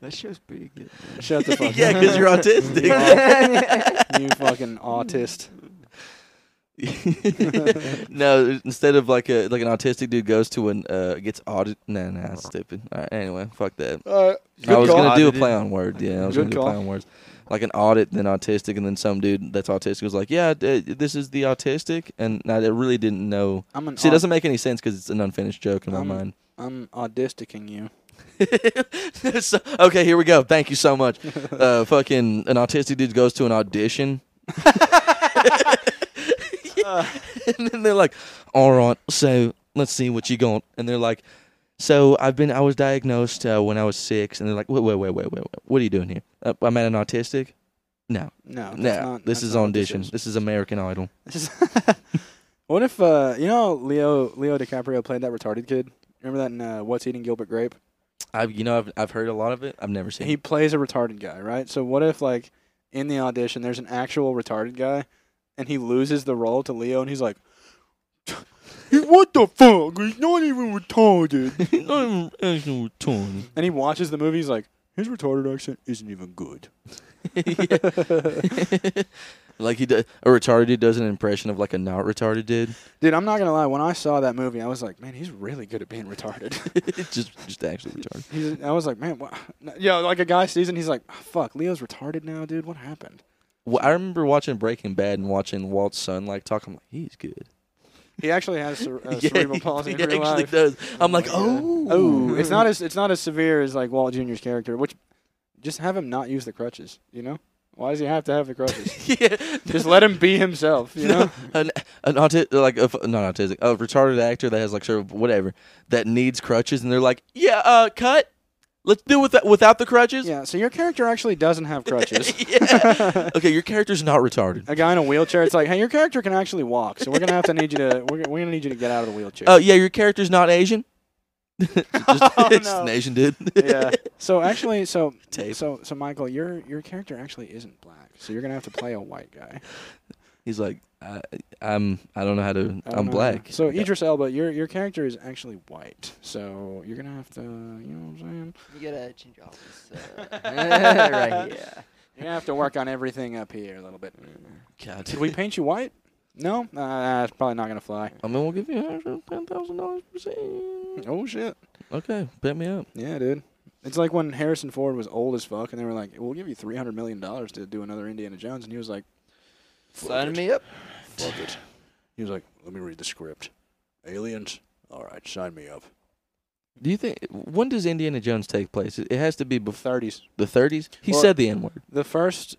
[SPEAKER 3] That show's pretty good.
[SPEAKER 2] Shut the fuck
[SPEAKER 1] yeah,
[SPEAKER 2] up.
[SPEAKER 1] because you're autistic.
[SPEAKER 2] you fucking autist.
[SPEAKER 1] no, instead of like a like an autistic dude goes to an uh gets audited. Nah, nah, that's stupid. All right, anyway, fuck that.
[SPEAKER 2] Uh,
[SPEAKER 1] I was
[SPEAKER 2] call.
[SPEAKER 1] gonna do a
[SPEAKER 3] Audited.
[SPEAKER 1] play on word. Yeah, I was
[SPEAKER 2] Good
[SPEAKER 1] gonna do
[SPEAKER 2] call.
[SPEAKER 1] a play on words. Like an audit, then autistic, and then some dude that's autistic was like, "Yeah, d- this is the autistic," and I really didn't know.
[SPEAKER 2] I'm an.
[SPEAKER 1] See, it
[SPEAKER 2] au-
[SPEAKER 1] doesn't make any sense because it's an unfinished joke in my
[SPEAKER 2] Um,
[SPEAKER 1] mind.
[SPEAKER 2] I'm audisticing you.
[SPEAKER 1] So- okay, here we go. Thank you so much. Uh, fucking an autistic dude goes to an audition. and then they're like, "All right, so let's see what you got." And they're like, "So I've been, I was diagnosed uh, when I was six, and they're like, "Wait, wait, wait, wait, wait, wait. what are you doing here? Uh, I'm at an autistic." No,
[SPEAKER 2] No, that's
[SPEAKER 1] no,
[SPEAKER 2] not-
[SPEAKER 1] this
[SPEAKER 2] that's
[SPEAKER 1] is
[SPEAKER 2] not what
[SPEAKER 1] audition.
[SPEAKER 2] is.
[SPEAKER 1] This is American Idol.
[SPEAKER 2] This is- what if uh, you know Leo Leo DiCaprio played that retarded kid? Remember that in uh, What's Eating Gilbert Grape?
[SPEAKER 1] I've, you know, I've, I've heard a lot of it. I've never seen.
[SPEAKER 2] He plays a retarded guy, right? So what if like in the audition there's an actual retarded guy, and he loses the role to Leo, and he's like, "He- "What the fuck? He's not even retarded."
[SPEAKER 1] it. I'm actually torn.
[SPEAKER 2] and he watches the movie, he's like, "His retarded accent isn't even good."
[SPEAKER 1] like he do, a retarded dude does an impression of like a not retarded dude.
[SPEAKER 2] Dude, I'm not gonna lie. When I saw that movie, I was like, man, he's really good at being retarded.
[SPEAKER 1] just just actually retarded.
[SPEAKER 2] he's, I was like, man, what? yo, like a guy sees it, and he's like, fuck, Leo's retarded now, dude. What happened?
[SPEAKER 1] Well, I remember watching Breaking Bad and watching Walt's son like talk. I'm like, he's good.
[SPEAKER 2] He actually has cere- uh,
[SPEAKER 1] Yeah,
[SPEAKER 2] cerebral
[SPEAKER 1] he-
[SPEAKER 2] palsy
[SPEAKER 1] he
[SPEAKER 2] in real
[SPEAKER 1] actually
[SPEAKER 2] life.
[SPEAKER 1] does. I'm like,
[SPEAKER 2] my God.
[SPEAKER 1] oh,
[SPEAKER 2] Oh, it's not as it's not as severe as like Walt Junior's character. Which, just have him not use the crutches. You know, why does he have to have the crutches?
[SPEAKER 1] yeah.
[SPEAKER 2] just let him be himself. You know,
[SPEAKER 1] an an auti- like a, f- not autistic, a retarded actor that has like sort of whatever that needs crutches, and they're like, yeah, uh, cut. Let's do with that without the crutches.
[SPEAKER 2] yeah. So your character actually doesn't have crutches.
[SPEAKER 1] Yeah. okay, your character's not retarded.
[SPEAKER 2] A guy in a wheelchair. It's like, hey, your character can actually walk, so we're gonna have to need you to we're, gonna- we're gonna need you to get out of the wheelchair.
[SPEAKER 1] Oh yeah, your character's not Asian. Just-
[SPEAKER 2] Oh,
[SPEAKER 1] it's
[SPEAKER 2] no.
[SPEAKER 1] an Asian dude.
[SPEAKER 2] yeah. So actually, so
[SPEAKER 1] Tape.
[SPEAKER 2] so so Michael, your your character actually isn't black, so you're gonna have to play a white guy.
[SPEAKER 1] He's like, I, I'm. I don't know how to.
[SPEAKER 2] I don't
[SPEAKER 1] I'm
[SPEAKER 2] know.
[SPEAKER 1] black.
[SPEAKER 2] So Idris Elba, your your character is actually white, so you're gonna have to, you know what I'm saying?
[SPEAKER 3] You gotta change office. uh, right here.
[SPEAKER 2] You're gonna have to work on everything up here a little bit.
[SPEAKER 1] God.
[SPEAKER 2] Did we paint you white? No, uh, that's probably not gonna fly.
[SPEAKER 1] I mean, we'll give you ten thousand dollars per scene.
[SPEAKER 2] Oh shit!
[SPEAKER 1] Okay, bet me up.
[SPEAKER 2] Yeah, dude. It's like when Harrison Ford was old as fuck, and they were like, "We'll give you three hundred million dollars to do another Indiana Jones," and he was like,
[SPEAKER 3] Sign me up.
[SPEAKER 2] Fuck it. He was like, let me read the script. Aliens? All right, sign me up.
[SPEAKER 1] Do you think when does Indiana Jones take place? It it has to be before
[SPEAKER 2] 30s.
[SPEAKER 1] the 30s. He
[SPEAKER 2] Or-
[SPEAKER 1] said the N word.
[SPEAKER 2] The first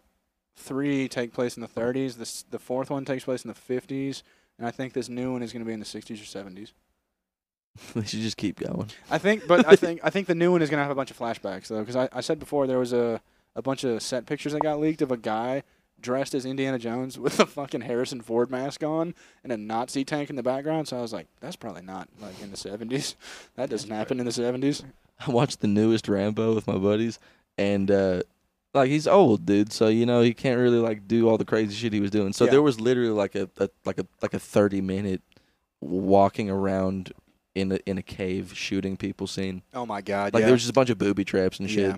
[SPEAKER 2] three take place in the 30s. The, s- the fourth one takes place in the 50s. And I think this new one is going to be in the 60s or 70s.
[SPEAKER 1] We should just keep going.
[SPEAKER 2] I think, but I think I think the new one is going to have a bunch of flashbacks though, because I, I said before there was a a bunch of set pictures that got leaked of a guy dressed as Indiana Jones with a fucking Harrison Ford mask on and a Nazi tank in the background. So I was like, that's probably not like in the 70s. That doesn't happen in the 70s.
[SPEAKER 1] I watched the newest Rambo with my buddies, and uh, like he's old, dude. So you know he can't really like do all the crazy shit he was doing. So
[SPEAKER 2] Yeah.
[SPEAKER 1] there was literally like a, a like a like a thirty minute walking around in a in a cave shooting people scene.
[SPEAKER 2] Oh my god!
[SPEAKER 1] Like
[SPEAKER 2] yeah.
[SPEAKER 1] there was just a bunch of booby traps and shit.
[SPEAKER 2] Yeah.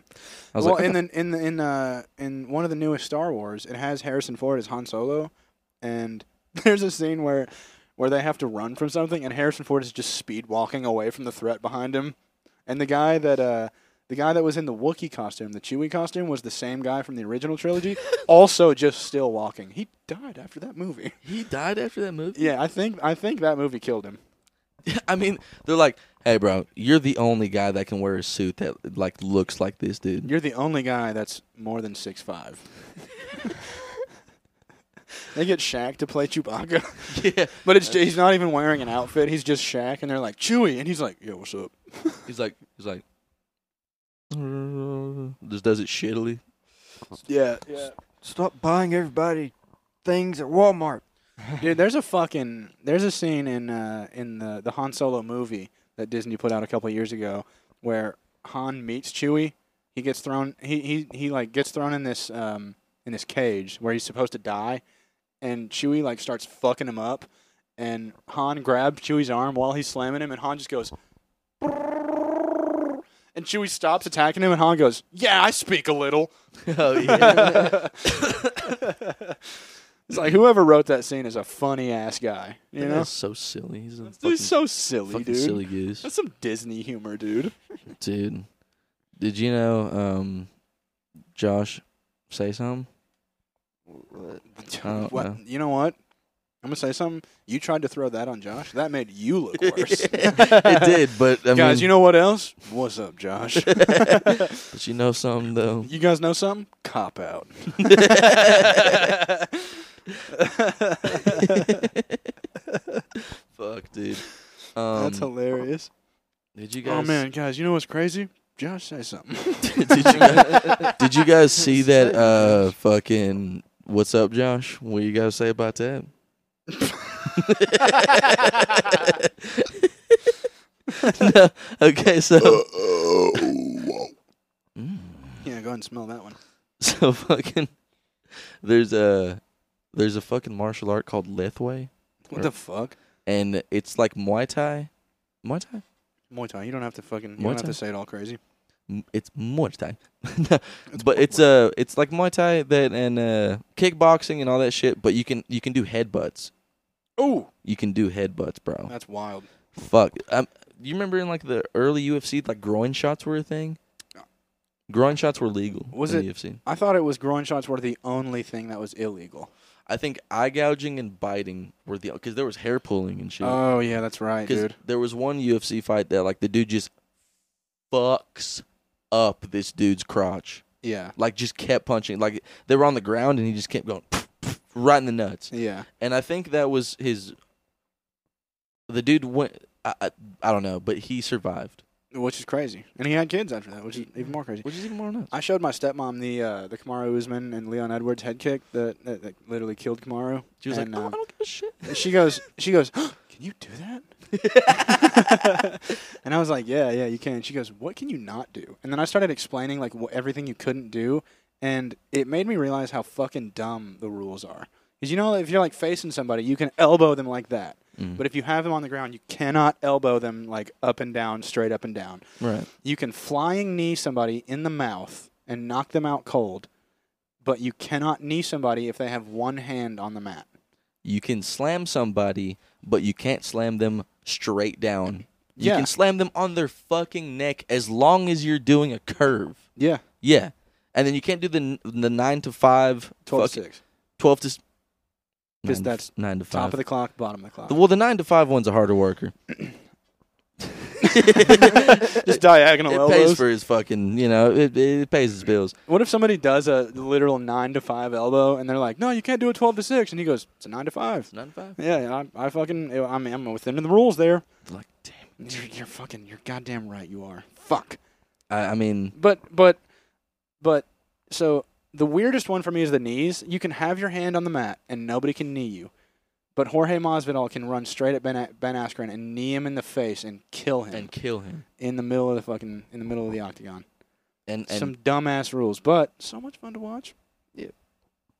[SPEAKER 1] I was
[SPEAKER 2] well,
[SPEAKER 1] like,
[SPEAKER 2] in the in the in uh in one of the newest Star Wars, it has Harrison Ford as Han Solo, and there's a scene where where they have to run from something, and Harrison Ford is just speed walking away from the threat behind him, and the guy that uh. The guy that was in the Wookiee costume, the Chewie costume, was the same guy from the original trilogy, also just still walking. He died after that movie.
[SPEAKER 1] he died after that movie.
[SPEAKER 2] Yeah, I think I think that movie killed him.
[SPEAKER 1] I mean, they're like, hey, bro, you're the only guy that can wear a suit that like looks like this, dude.
[SPEAKER 2] You're the only guy that's more than six five. they get Shaq to play Chewbacca,
[SPEAKER 1] yeah.
[SPEAKER 2] but it's he's not even wearing an outfit. He's just Shaq, and they're like Chewie, and he's like, "Yo, what's up?"
[SPEAKER 1] He's like, he's like, just does it shittily.
[SPEAKER 2] Yeah, yeah.
[SPEAKER 3] Stop buying everybody things at Walmart.
[SPEAKER 2] Dude, there's a fucking there's a scene in uh, in the the Han Solo movie that Disney put out a couple of years ago where Han meets Chewie. He gets thrown. He he he like gets thrown in this um in this cage where he's supposed to die, and Chewie like starts fucking him up, and Han grabs Chewie's arm while he's slamming him, and Han just goes. And Chewie stops attacking him, and Han goes, "Yeah, I speak a little."
[SPEAKER 1] oh yeah.
[SPEAKER 2] It's like whoever wrote that scene is a funny ass guy, you know?
[SPEAKER 1] That's so silly. He's a fucking,
[SPEAKER 2] Dude, so silly,
[SPEAKER 1] fucking
[SPEAKER 2] dude.
[SPEAKER 1] silly goose,
[SPEAKER 2] That's some Disney humor, dude.
[SPEAKER 1] dude. Did you know, um, Josh, say something?
[SPEAKER 3] What?
[SPEAKER 1] don't
[SPEAKER 2] What-
[SPEAKER 1] know.
[SPEAKER 2] You know what? I'm gonna say something. You tried to throw that on Josh. That made you look worse.
[SPEAKER 1] it did, but I
[SPEAKER 2] guys,
[SPEAKER 1] mean,
[SPEAKER 2] you know what else? What's up, Josh?
[SPEAKER 1] but you know something though.
[SPEAKER 2] you guys know something? Cop out.
[SPEAKER 1] Fuck, dude. Um,
[SPEAKER 2] That's hilarious.
[SPEAKER 1] did you guys?
[SPEAKER 2] Oh man, guys, you know what's crazy? Josh, say something.
[SPEAKER 1] did you guys, did you guys see that uh fucking what's up Josh? What you guys say about that? no, okay, so
[SPEAKER 2] yeah, go ahead and smell that one.
[SPEAKER 1] so fucking there's a there's a fucking martial art called Lethway
[SPEAKER 2] What the fuck?
[SPEAKER 1] and it's like Muay Thai. Muay Thai?
[SPEAKER 2] Muay Thai. You don't have to fucking. You
[SPEAKER 1] Muay
[SPEAKER 2] don't have
[SPEAKER 1] Thai?
[SPEAKER 2] to say it all crazy.
[SPEAKER 1] M- It's Muay Thai. No, but it's uh it's like Muay Thai that and uh kickboxing and all that shit, but you can you can do headbutts.
[SPEAKER 2] Oh,
[SPEAKER 1] You can do headbutts, bro.
[SPEAKER 2] that's wild.
[SPEAKER 1] Fuck. Um, you remember in like the early UFC, like groin shots were a thing. Groin shots were legal.
[SPEAKER 2] Was
[SPEAKER 1] in
[SPEAKER 2] it-
[SPEAKER 1] UFC?
[SPEAKER 2] I thought it was groin shots were the only thing that was illegal.
[SPEAKER 1] I think eye gouging and biting were the because there was hair pulling and shit.
[SPEAKER 2] Oh yeah, that's right, dude.
[SPEAKER 1] there was one UFC fight that like the dude just fucks up this dude's crotch,
[SPEAKER 2] Yeah,
[SPEAKER 1] like just kept punching. Like they were on the ground and he just kept going right in the nuts.
[SPEAKER 2] yeah.
[SPEAKER 1] and I think that was his. The dude went. I, I, I don't know, but he survived,
[SPEAKER 2] which is crazy. And he had kids after that, which is even more crazy.
[SPEAKER 1] which is even more nuts.
[SPEAKER 2] I showed my stepmom the uh, the Kamaru Usman and Leon Edwards head kick that, that, that literally killed Kamaru.
[SPEAKER 1] She was
[SPEAKER 2] And,
[SPEAKER 1] like, "Oh,
[SPEAKER 2] um,
[SPEAKER 1] I don't give a shit."
[SPEAKER 2] And she goes, she goes, "Can you do that?" and I was like, "Yeah, yeah, you can." She goes, "What can you not do?" And then I started explaining like wh- everything you couldn't do, and it made me realize how fucking dumb the rules are. Because you know, if you're like facing somebody, you can elbow them like that, but if you have them on the ground, you cannot elbow them like up and down, straight up and down.
[SPEAKER 1] Right.
[SPEAKER 2] You can flying knee somebody in the mouth and knock them out cold, but you cannot knee somebody if they have one hand on the mat.
[SPEAKER 1] You can slam somebody, but you can't slam them straight down. You
[SPEAKER 2] Yeah.
[SPEAKER 1] can slam them on their fucking neck as long as you're doing a curve.
[SPEAKER 2] Yeah,
[SPEAKER 1] Yeah. And then you can't do the n- the nine to five,
[SPEAKER 2] twelve
[SPEAKER 1] fucking-
[SPEAKER 2] six.
[SPEAKER 1] twelve to s-
[SPEAKER 2] 'Cause
[SPEAKER 1] nine to f-
[SPEAKER 2] that's
[SPEAKER 1] nine to
[SPEAKER 2] Top
[SPEAKER 1] five.
[SPEAKER 2] of the clock, bottom of the clock.
[SPEAKER 1] The- well, the nine to five one's a harder worker.
[SPEAKER 2] Just diagonal
[SPEAKER 1] It pays for his fucking, you know, it, it pays his bills.
[SPEAKER 2] what if somebody does a literal nine to five elbow and they're like, "No, you can't do a twelve to 6. and he goes, "It's a nine to five.
[SPEAKER 1] Nine to five.
[SPEAKER 2] Yeah, I, I fucking, I'm, I'm within the rules there.
[SPEAKER 1] Like, damn.
[SPEAKER 2] You're, you're fucking, you're goddamn right, you are. Fuck.
[SPEAKER 1] I, I mean,
[SPEAKER 2] But, but, but, so the weirdest one for me is the knees. You can have your hand on the mat and nobody can knee you. But Jorge Masvidal can run straight at Ben, A- ben Askren and knee him in the face and kill him
[SPEAKER 1] and kill him.
[SPEAKER 2] in the middle of the fucking in the middle of the octagon.
[SPEAKER 1] and and
[SPEAKER 2] Some dumbass rules, but so much fun to watch.
[SPEAKER 3] Yeah.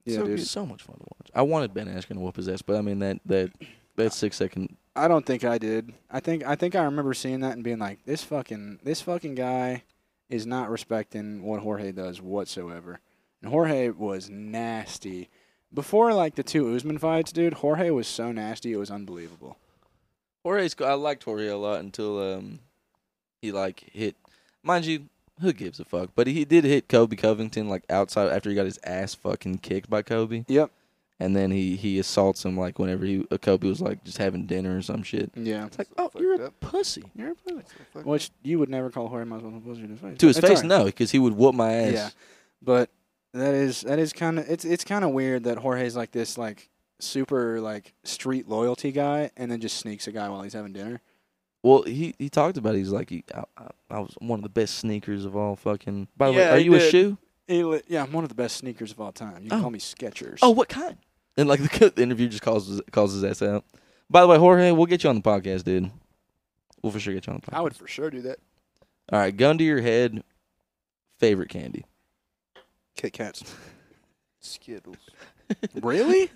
[SPEAKER 2] Yeah,
[SPEAKER 1] so,
[SPEAKER 2] dude.
[SPEAKER 1] good. so much fun to watch. I wanted Ben Askren to whoop his ass, but I mean that that that six second.
[SPEAKER 2] I don't think I did. I think I think I remember seeing that and being like, this fucking this fucking guy is not respecting what Jorge does whatsoever. And Jorge was nasty. Before like the two Usman fights, dude, Jorge was so nasty it was unbelievable.
[SPEAKER 1] Jorge's. go- I liked Jorge a lot until um he like hit. Mind you, who gives a fuck? But he did hit Kobe Covington like outside after he got his ass fucking kicked by Kobe.
[SPEAKER 2] Yep.
[SPEAKER 1] And then he he assaults him like whenever he uh, Kobe was like just having dinner or some shit.
[SPEAKER 2] Yeah.
[SPEAKER 1] It's like,
[SPEAKER 3] So
[SPEAKER 1] oh, you're
[SPEAKER 3] fucked
[SPEAKER 1] a
[SPEAKER 3] up.
[SPEAKER 1] pussy.
[SPEAKER 2] You're a pussy.
[SPEAKER 3] So fucked up.
[SPEAKER 2] Which you would never call Jorge Masvidal a pussy to his face.
[SPEAKER 1] To his
[SPEAKER 2] It's
[SPEAKER 1] face,
[SPEAKER 2] alright.
[SPEAKER 1] no, because he would whoop my ass.
[SPEAKER 2] Yeah, but that is that is kind of it's it's kind of weird that Jorge's like this like super like street loyalty guy, and then just sneaks a guy while he's having dinner.
[SPEAKER 1] Well, he he talked about it. he's like he, I, I, I was one of the best sneakers of all fucking. By the way,
[SPEAKER 2] Yeah,
[SPEAKER 1] are
[SPEAKER 2] he
[SPEAKER 1] you a
[SPEAKER 2] did.
[SPEAKER 1] shoe?
[SPEAKER 2] He li- yeah, I'm one of the best sneakers of all time. You can
[SPEAKER 1] Oh.
[SPEAKER 2] call me Skechers.
[SPEAKER 1] Oh, what kind? And like the, the interview just calls his- calls his ass out. By the way, Jorge, we'll get you on the podcast, dude. We'll for sure get you on the podcast.
[SPEAKER 2] I would for sure do that.
[SPEAKER 1] All right, gun to your head. Favorite candy?
[SPEAKER 2] Kit Kats.
[SPEAKER 3] Skittles,
[SPEAKER 2] really?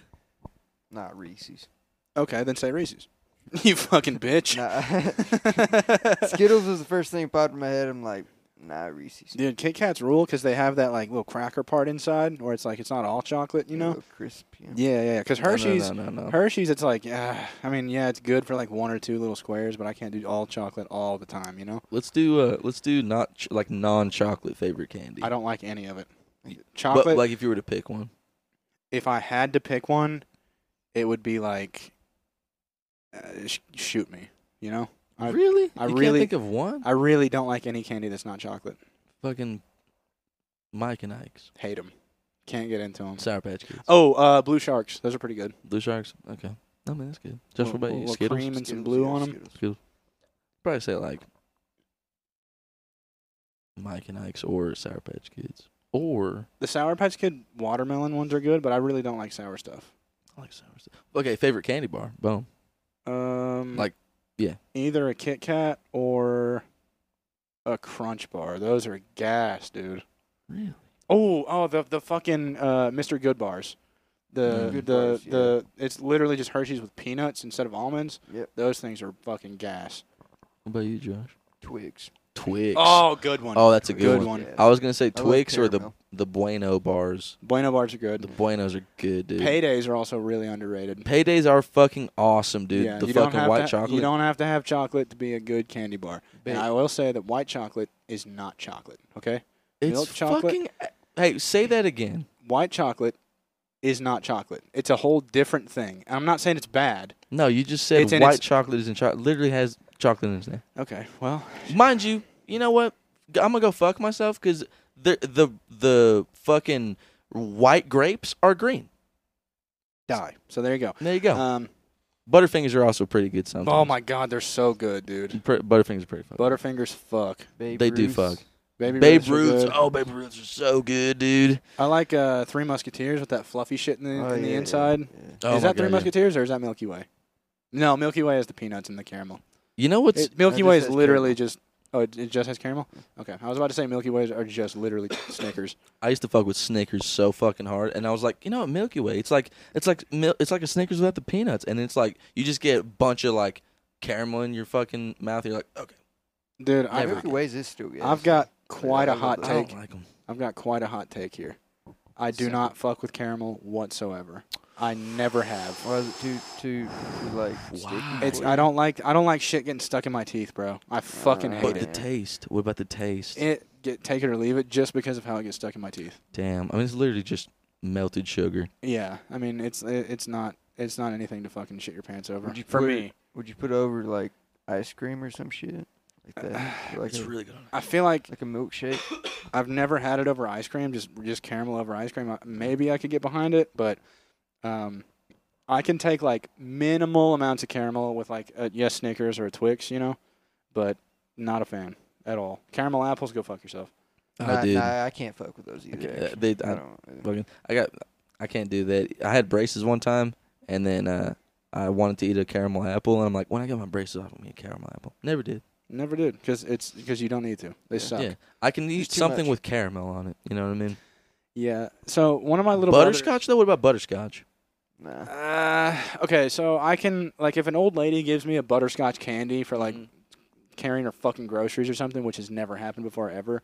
[SPEAKER 3] not Reese's.
[SPEAKER 2] Okay, then say Reese's. you fucking bitch.
[SPEAKER 3] Nah. Skittles was the first thing that popped in my head. I'm like, nah, Reese's.
[SPEAKER 2] Dude, Kit Kats rule because they have that like little cracker part inside, where it's like it's not all chocolate, you
[SPEAKER 3] A
[SPEAKER 2] know?
[SPEAKER 3] little crisp. Yeah.
[SPEAKER 2] Yeah, yeah. Because
[SPEAKER 1] No, no,
[SPEAKER 2] Hershey's,
[SPEAKER 1] No, no, no.
[SPEAKER 2] Hershey's, it's like, ah, I mean, yeah, it's good for like one or two little squares, but I can't do all chocolate all the time, you know?
[SPEAKER 1] Let's do uh, let's do not ch- like non chocolate favorite candy.
[SPEAKER 2] I don't like any of it.
[SPEAKER 3] You-
[SPEAKER 2] Chocolate,
[SPEAKER 1] But like if you were to pick one,
[SPEAKER 2] if I had to pick one, it would be like, uh, sh- shoot me, you know? I-
[SPEAKER 1] really?
[SPEAKER 2] I
[SPEAKER 1] you
[SPEAKER 2] really-
[SPEAKER 1] can't think of one.
[SPEAKER 2] I really don't like any candy that's not chocolate.
[SPEAKER 1] fucking Mike and Ike's
[SPEAKER 2] Hate them. Can't get into them.
[SPEAKER 1] Sour Patch Kids.
[SPEAKER 2] Oh, uh, blue sharks. Those are pretty good.
[SPEAKER 1] Blue Sharks. Okay. I mean, that's good. Just what
[SPEAKER 2] Little-
[SPEAKER 1] about you?
[SPEAKER 2] little
[SPEAKER 1] Skittles?
[SPEAKER 2] cream and some
[SPEAKER 3] Skittles,
[SPEAKER 2] blue
[SPEAKER 3] yeah,
[SPEAKER 2] on them.
[SPEAKER 3] Skittles.
[SPEAKER 1] Probably say like Mike and Ike's or Sour Patch Kids. Or
[SPEAKER 2] The Sour Patch Kid watermelon ones are good, but I really don't like sour stuff.
[SPEAKER 1] I like sour stuff. Okay, favorite candy bar. Boom.
[SPEAKER 2] Um,
[SPEAKER 1] Like, yeah.
[SPEAKER 2] either a Kit Kat or a Crunch Bar. Those are gas, dude.
[SPEAKER 1] Really?
[SPEAKER 2] Oh, oh, the the fucking uh, Mr. Good bars. The
[SPEAKER 1] Mm. Good
[SPEAKER 2] the
[SPEAKER 3] bars, yeah.
[SPEAKER 2] the it's literally just Hershey's with peanuts instead of almonds.
[SPEAKER 3] Yep.
[SPEAKER 2] Those things are fucking gas.
[SPEAKER 1] What about you, Josh?
[SPEAKER 3] Twigs.
[SPEAKER 1] Twigs.
[SPEAKER 2] Oh, good one.
[SPEAKER 1] Oh, that's a good,
[SPEAKER 2] Good
[SPEAKER 1] one.
[SPEAKER 2] one.
[SPEAKER 3] Yeah.
[SPEAKER 1] I was gonna say
[SPEAKER 3] love
[SPEAKER 1] Twix or the
[SPEAKER 3] caramel.
[SPEAKER 1] the Bueno bars.
[SPEAKER 2] Bueno bars are good.
[SPEAKER 1] The Buenos are good, dude.
[SPEAKER 2] Paydays are also really underrated.
[SPEAKER 1] Paydays are fucking awesome, dude.
[SPEAKER 2] yeah,
[SPEAKER 1] the
[SPEAKER 2] you don't
[SPEAKER 1] fucking
[SPEAKER 2] have
[SPEAKER 1] white
[SPEAKER 2] to,
[SPEAKER 1] chocolate.
[SPEAKER 2] You don't have to have chocolate to be a good candy bar.
[SPEAKER 1] Babe.
[SPEAKER 2] And I will say that white chocolate is not chocolate. Okay,
[SPEAKER 1] it's
[SPEAKER 2] milk chocolate.
[SPEAKER 1] fucking. Hey, say that again.
[SPEAKER 2] white chocolate is not chocolate. It's a whole different thing. And I'm not saying it's bad.
[SPEAKER 1] No, you just said
[SPEAKER 2] It's in
[SPEAKER 1] white
[SPEAKER 2] its-
[SPEAKER 1] chocolate is in chocolate. Literally has chocolate in its name.
[SPEAKER 2] Okay, well,
[SPEAKER 1] Mind you, you know what? I'm gonna go fuck myself because the the the fucking white grapes are green.
[SPEAKER 2] die. So there you go.
[SPEAKER 1] There you go.
[SPEAKER 2] Um,
[SPEAKER 1] Butterfingers are also pretty good. Sometimes.
[SPEAKER 2] oh my God, they're so good, dude.
[SPEAKER 1] Pre- Butterfingers are pretty fucking.
[SPEAKER 2] Butterfingers, fuck.
[SPEAKER 3] Babe
[SPEAKER 1] They do
[SPEAKER 3] Ruths.
[SPEAKER 1] fuck.
[SPEAKER 2] Baby
[SPEAKER 1] Babe
[SPEAKER 2] are
[SPEAKER 1] Ruths.
[SPEAKER 2] good.
[SPEAKER 1] Oh, Babe Ruths are so good, dude.
[SPEAKER 2] I like uh, Three Musketeers with that fluffy shit in the,
[SPEAKER 3] Oh,
[SPEAKER 2] in the
[SPEAKER 3] yeah, yeah,
[SPEAKER 2] inside.
[SPEAKER 3] yeah.
[SPEAKER 1] Oh
[SPEAKER 2] is
[SPEAKER 1] my
[SPEAKER 2] that Three
[SPEAKER 1] God, yeah.
[SPEAKER 2] Musketeers or is that Milky Way? No, Milky Way has the peanuts and the caramel.
[SPEAKER 1] You know what's?
[SPEAKER 2] It, Milky
[SPEAKER 3] that
[SPEAKER 2] Way
[SPEAKER 3] just
[SPEAKER 2] is
[SPEAKER 3] has
[SPEAKER 2] literally just. Oh, it, it just has caramel. Okay, I was about to say Milky Ways are just literally Snickers.
[SPEAKER 1] I used to fuck with Snickers so fucking hard, and I was like, you know what, Milky Way? It's like it's like mil- it's like a Snickers without the peanuts, and it's like you just get a bunch of like caramel in your fucking mouth. You're like, okay,
[SPEAKER 2] Dude, I've,
[SPEAKER 3] Milky Ways is still good.
[SPEAKER 2] I've got quite a
[SPEAKER 3] I
[SPEAKER 2] hot
[SPEAKER 3] love
[SPEAKER 1] I
[SPEAKER 2] take.
[SPEAKER 1] don't like them.
[SPEAKER 2] I've got quite a hot take here. I do
[SPEAKER 3] Same.
[SPEAKER 2] not fuck with caramel whatsoever. I never have.
[SPEAKER 3] Why is it too too too, like?
[SPEAKER 1] Wow.
[SPEAKER 3] sticky
[SPEAKER 2] It's
[SPEAKER 3] for
[SPEAKER 2] I
[SPEAKER 3] you?
[SPEAKER 2] don't like I don't like shit getting stuck in my teeth, bro. I fucking
[SPEAKER 3] Uh,
[SPEAKER 1] But
[SPEAKER 2] hate
[SPEAKER 1] the
[SPEAKER 2] it.
[SPEAKER 3] yeah.
[SPEAKER 1] taste. What about the taste?
[SPEAKER 2] It get take it or leave it just because of how it gets stuck in my teeth.
[SPEAKER 1] Damn. I mean, it's literally just melted sugar.
[SPEAKER 2] Yeah, I mean it's it, it's not it's not anything to fucking shit your pants over.
[SPEAKER 3] Would you
[SPEAKER 2] For
[SPEAKER 3] put
[SPEAKER 2] me,
[SPEAKER 3] Would you put over like ice cream or some shit like that? like
[SPEAKER 1] It's
[SPEAKER 3] a,
[SPEAKER 1] really good.
[SPEAKER 2] I feel like
[SPEAKER 3] like a milkshake.
[SPEAKER 2] I've never had it over ice cream. Just just caramel over ice cream. I- Maybe I could get behind it, but um, I can take like minimal amounts of caramel with like a yes Snickers or a Twix, you know, but not a fan at all. Caramel apples, go fuck yourself.
[SPEAKER 1] I
[SPEAKER 3] nah,
[SPEAKER 1] did.
[SPEAKER 3] nah, I can't fuck with those either.
[SPEAKER 1] Okay, uh,
[SPEAKER 3] actually.
[SPEAKER 1] they-
[SPEAKER 3] I
[SPEAKER 1] I-
[SPEAKER 3] don't. uh,
[SPEAKER 1] Fucking- I got. I can't do that. I had braces one time, and then uh, I wanted to eat a caramel apple, and I'm like, when I get my braces off, I'm gonna eat a caramel apple. Never did.
[SPEAKER 2] Never did because it's because you don't need to. They suck. Yeah.
[SPEAKER 1] Yeah, I can eat
[SPEAKER 2] It's too
[SPEAKER 1] something
[SPEAKER 2] much.
[SPEAKER 1] with caramel on it. You know what I mean?
[SPEAKER 2] So one of my little brothers-
[SPEAKER 1] Butterscotch though. What about butterscotch?
[SPEAKER 3] Nah.
[SPEAKER 2] Uh, okay, so I can like if an old lady gives me a butterscotch candy for like
[SPEAKER 1] Mm.
[SPEAKER 2] carrying her fucking groceries or something, which has never happened before ever.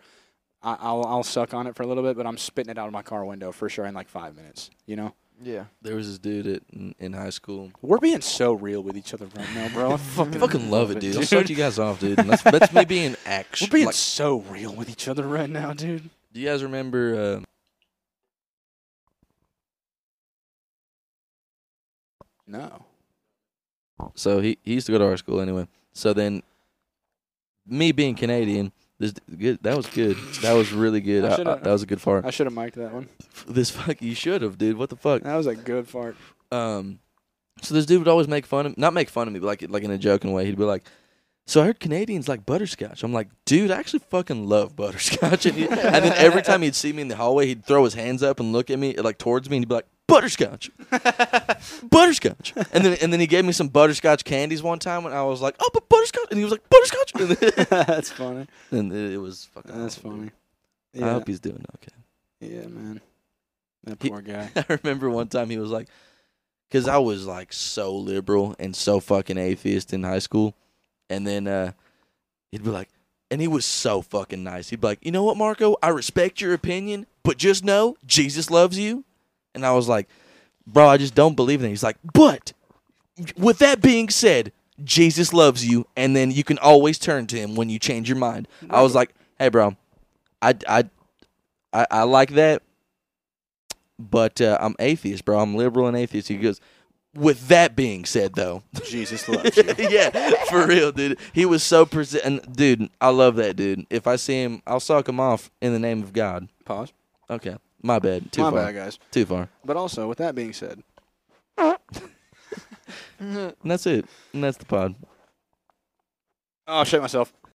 [SPEAKER 2] I, I'll I'll suck on it for a little bit, but I'm spitting it out of my car window for sure in like five minutes. You know,
[SPEAKER 3] Yeah.
[SPEAKER 1] There was this dude at, in, in high school.
[SPEAKER 2] we're being so real with each other right now, bro. I
[SPEAKER 1] I
[SPEAKER 2] fucking,
[SPEAKER 1] fucking love it, dude. I'll
[SPEAKER 2] dude.
[SPEAKER 1] suck you guys off, dude. And that's, that's me being
[SPEAKER 2] We're
[SPEAKER 1] action.
[SPEAKER 2] being
[SPEAKER 1] like,
[SPEAKER 2] so real with each other right now, dude.
[SPEAKER 1] do you guys remember? Uh,
[SPEAKER 2] No.
[SPEAKER 1] so he he used to go to our school anyway. So then, me being Canadian, this d- good. That was good. That was really good.
[SPEAKER 2] I
[SPEAKER 1] I- I-
[SPEAKER 2] should've-
[SPEAKER 1] that was a good fart.
[SPEAKER 2] I should have mic'd that one.
[SPEAKER 1] this fuck you should have, dude. What the fuck?
[SPEAKER 2] That was a good fart.
[SPEAKER 1] Um, so this dude would always make fun of not make fun of me, but like like in a joking way, he'd be like, "So I heard Canadians like butterscotch." I'm like, "Dude, I actually fucking love butterscotch." And, he, and then every time he'd see me in the hallway, he'd throw his hands up and look at me like towards me, and he'd be like, "Butterscotch, butterscotch." And then and then he gave me some butterscotch candies one time, and I was like, "Oh, but butterscotch," and he was like, "Butterscotch," and, then,
[SPEAKER 2] That's funny.
[SPEAKER 1] and it, it was fucking.
[SPEAKER 2] That's
[SPEAKER 1] awful, dude.
[SPEAKER 2] funny.
[SPEAKER 1] I
[SPEAKER 2] Yeah,
[SPEAKER 1] hope he's doing okay.
[SPEAKER 2] yeah, man. That
[SPEAKER 1] Uh, He-
[SPEAKER 2] poor guy.
[SPEAKER 1] I remember one time he was like, because I was like so liberal and so fucking atheist in high school, and then uh, he'd be like, and he was so fucking nice. He'd be like, you know what, Marco, I respect your opinion, but just know Jesus loves you, and I was like, bro, I just don't believe in it. He's like, but with that being said, Jesus loves you, and then you can always turn to him when you change your mind. I was like, hey, bro, I I I, I like that, but uh, I'm atheist, bro. I'm liberal and atheist. He goes. With that being said, though,
[SPEAKER 2] Jesus loves you.
[SPEAKER 1] yeah, for real, dude. He was so present, and dude, I love that dude. If I see him, I'll suck him off in the name of God.
[SPEAKER 2] Pause.
[SPEAKER 1] Okay, my bad. Too
[SPEAKER 2] My
[SPEAKER 1] far.
[SPEAKER 2] bad, guys.
[SPEAKER 1] Too far.
[SPEAKER 2] But also, with that being said,
[SPEAKER 1] And that's it. And that's the pod.
[SPEAKER 2] oh, I shit myself.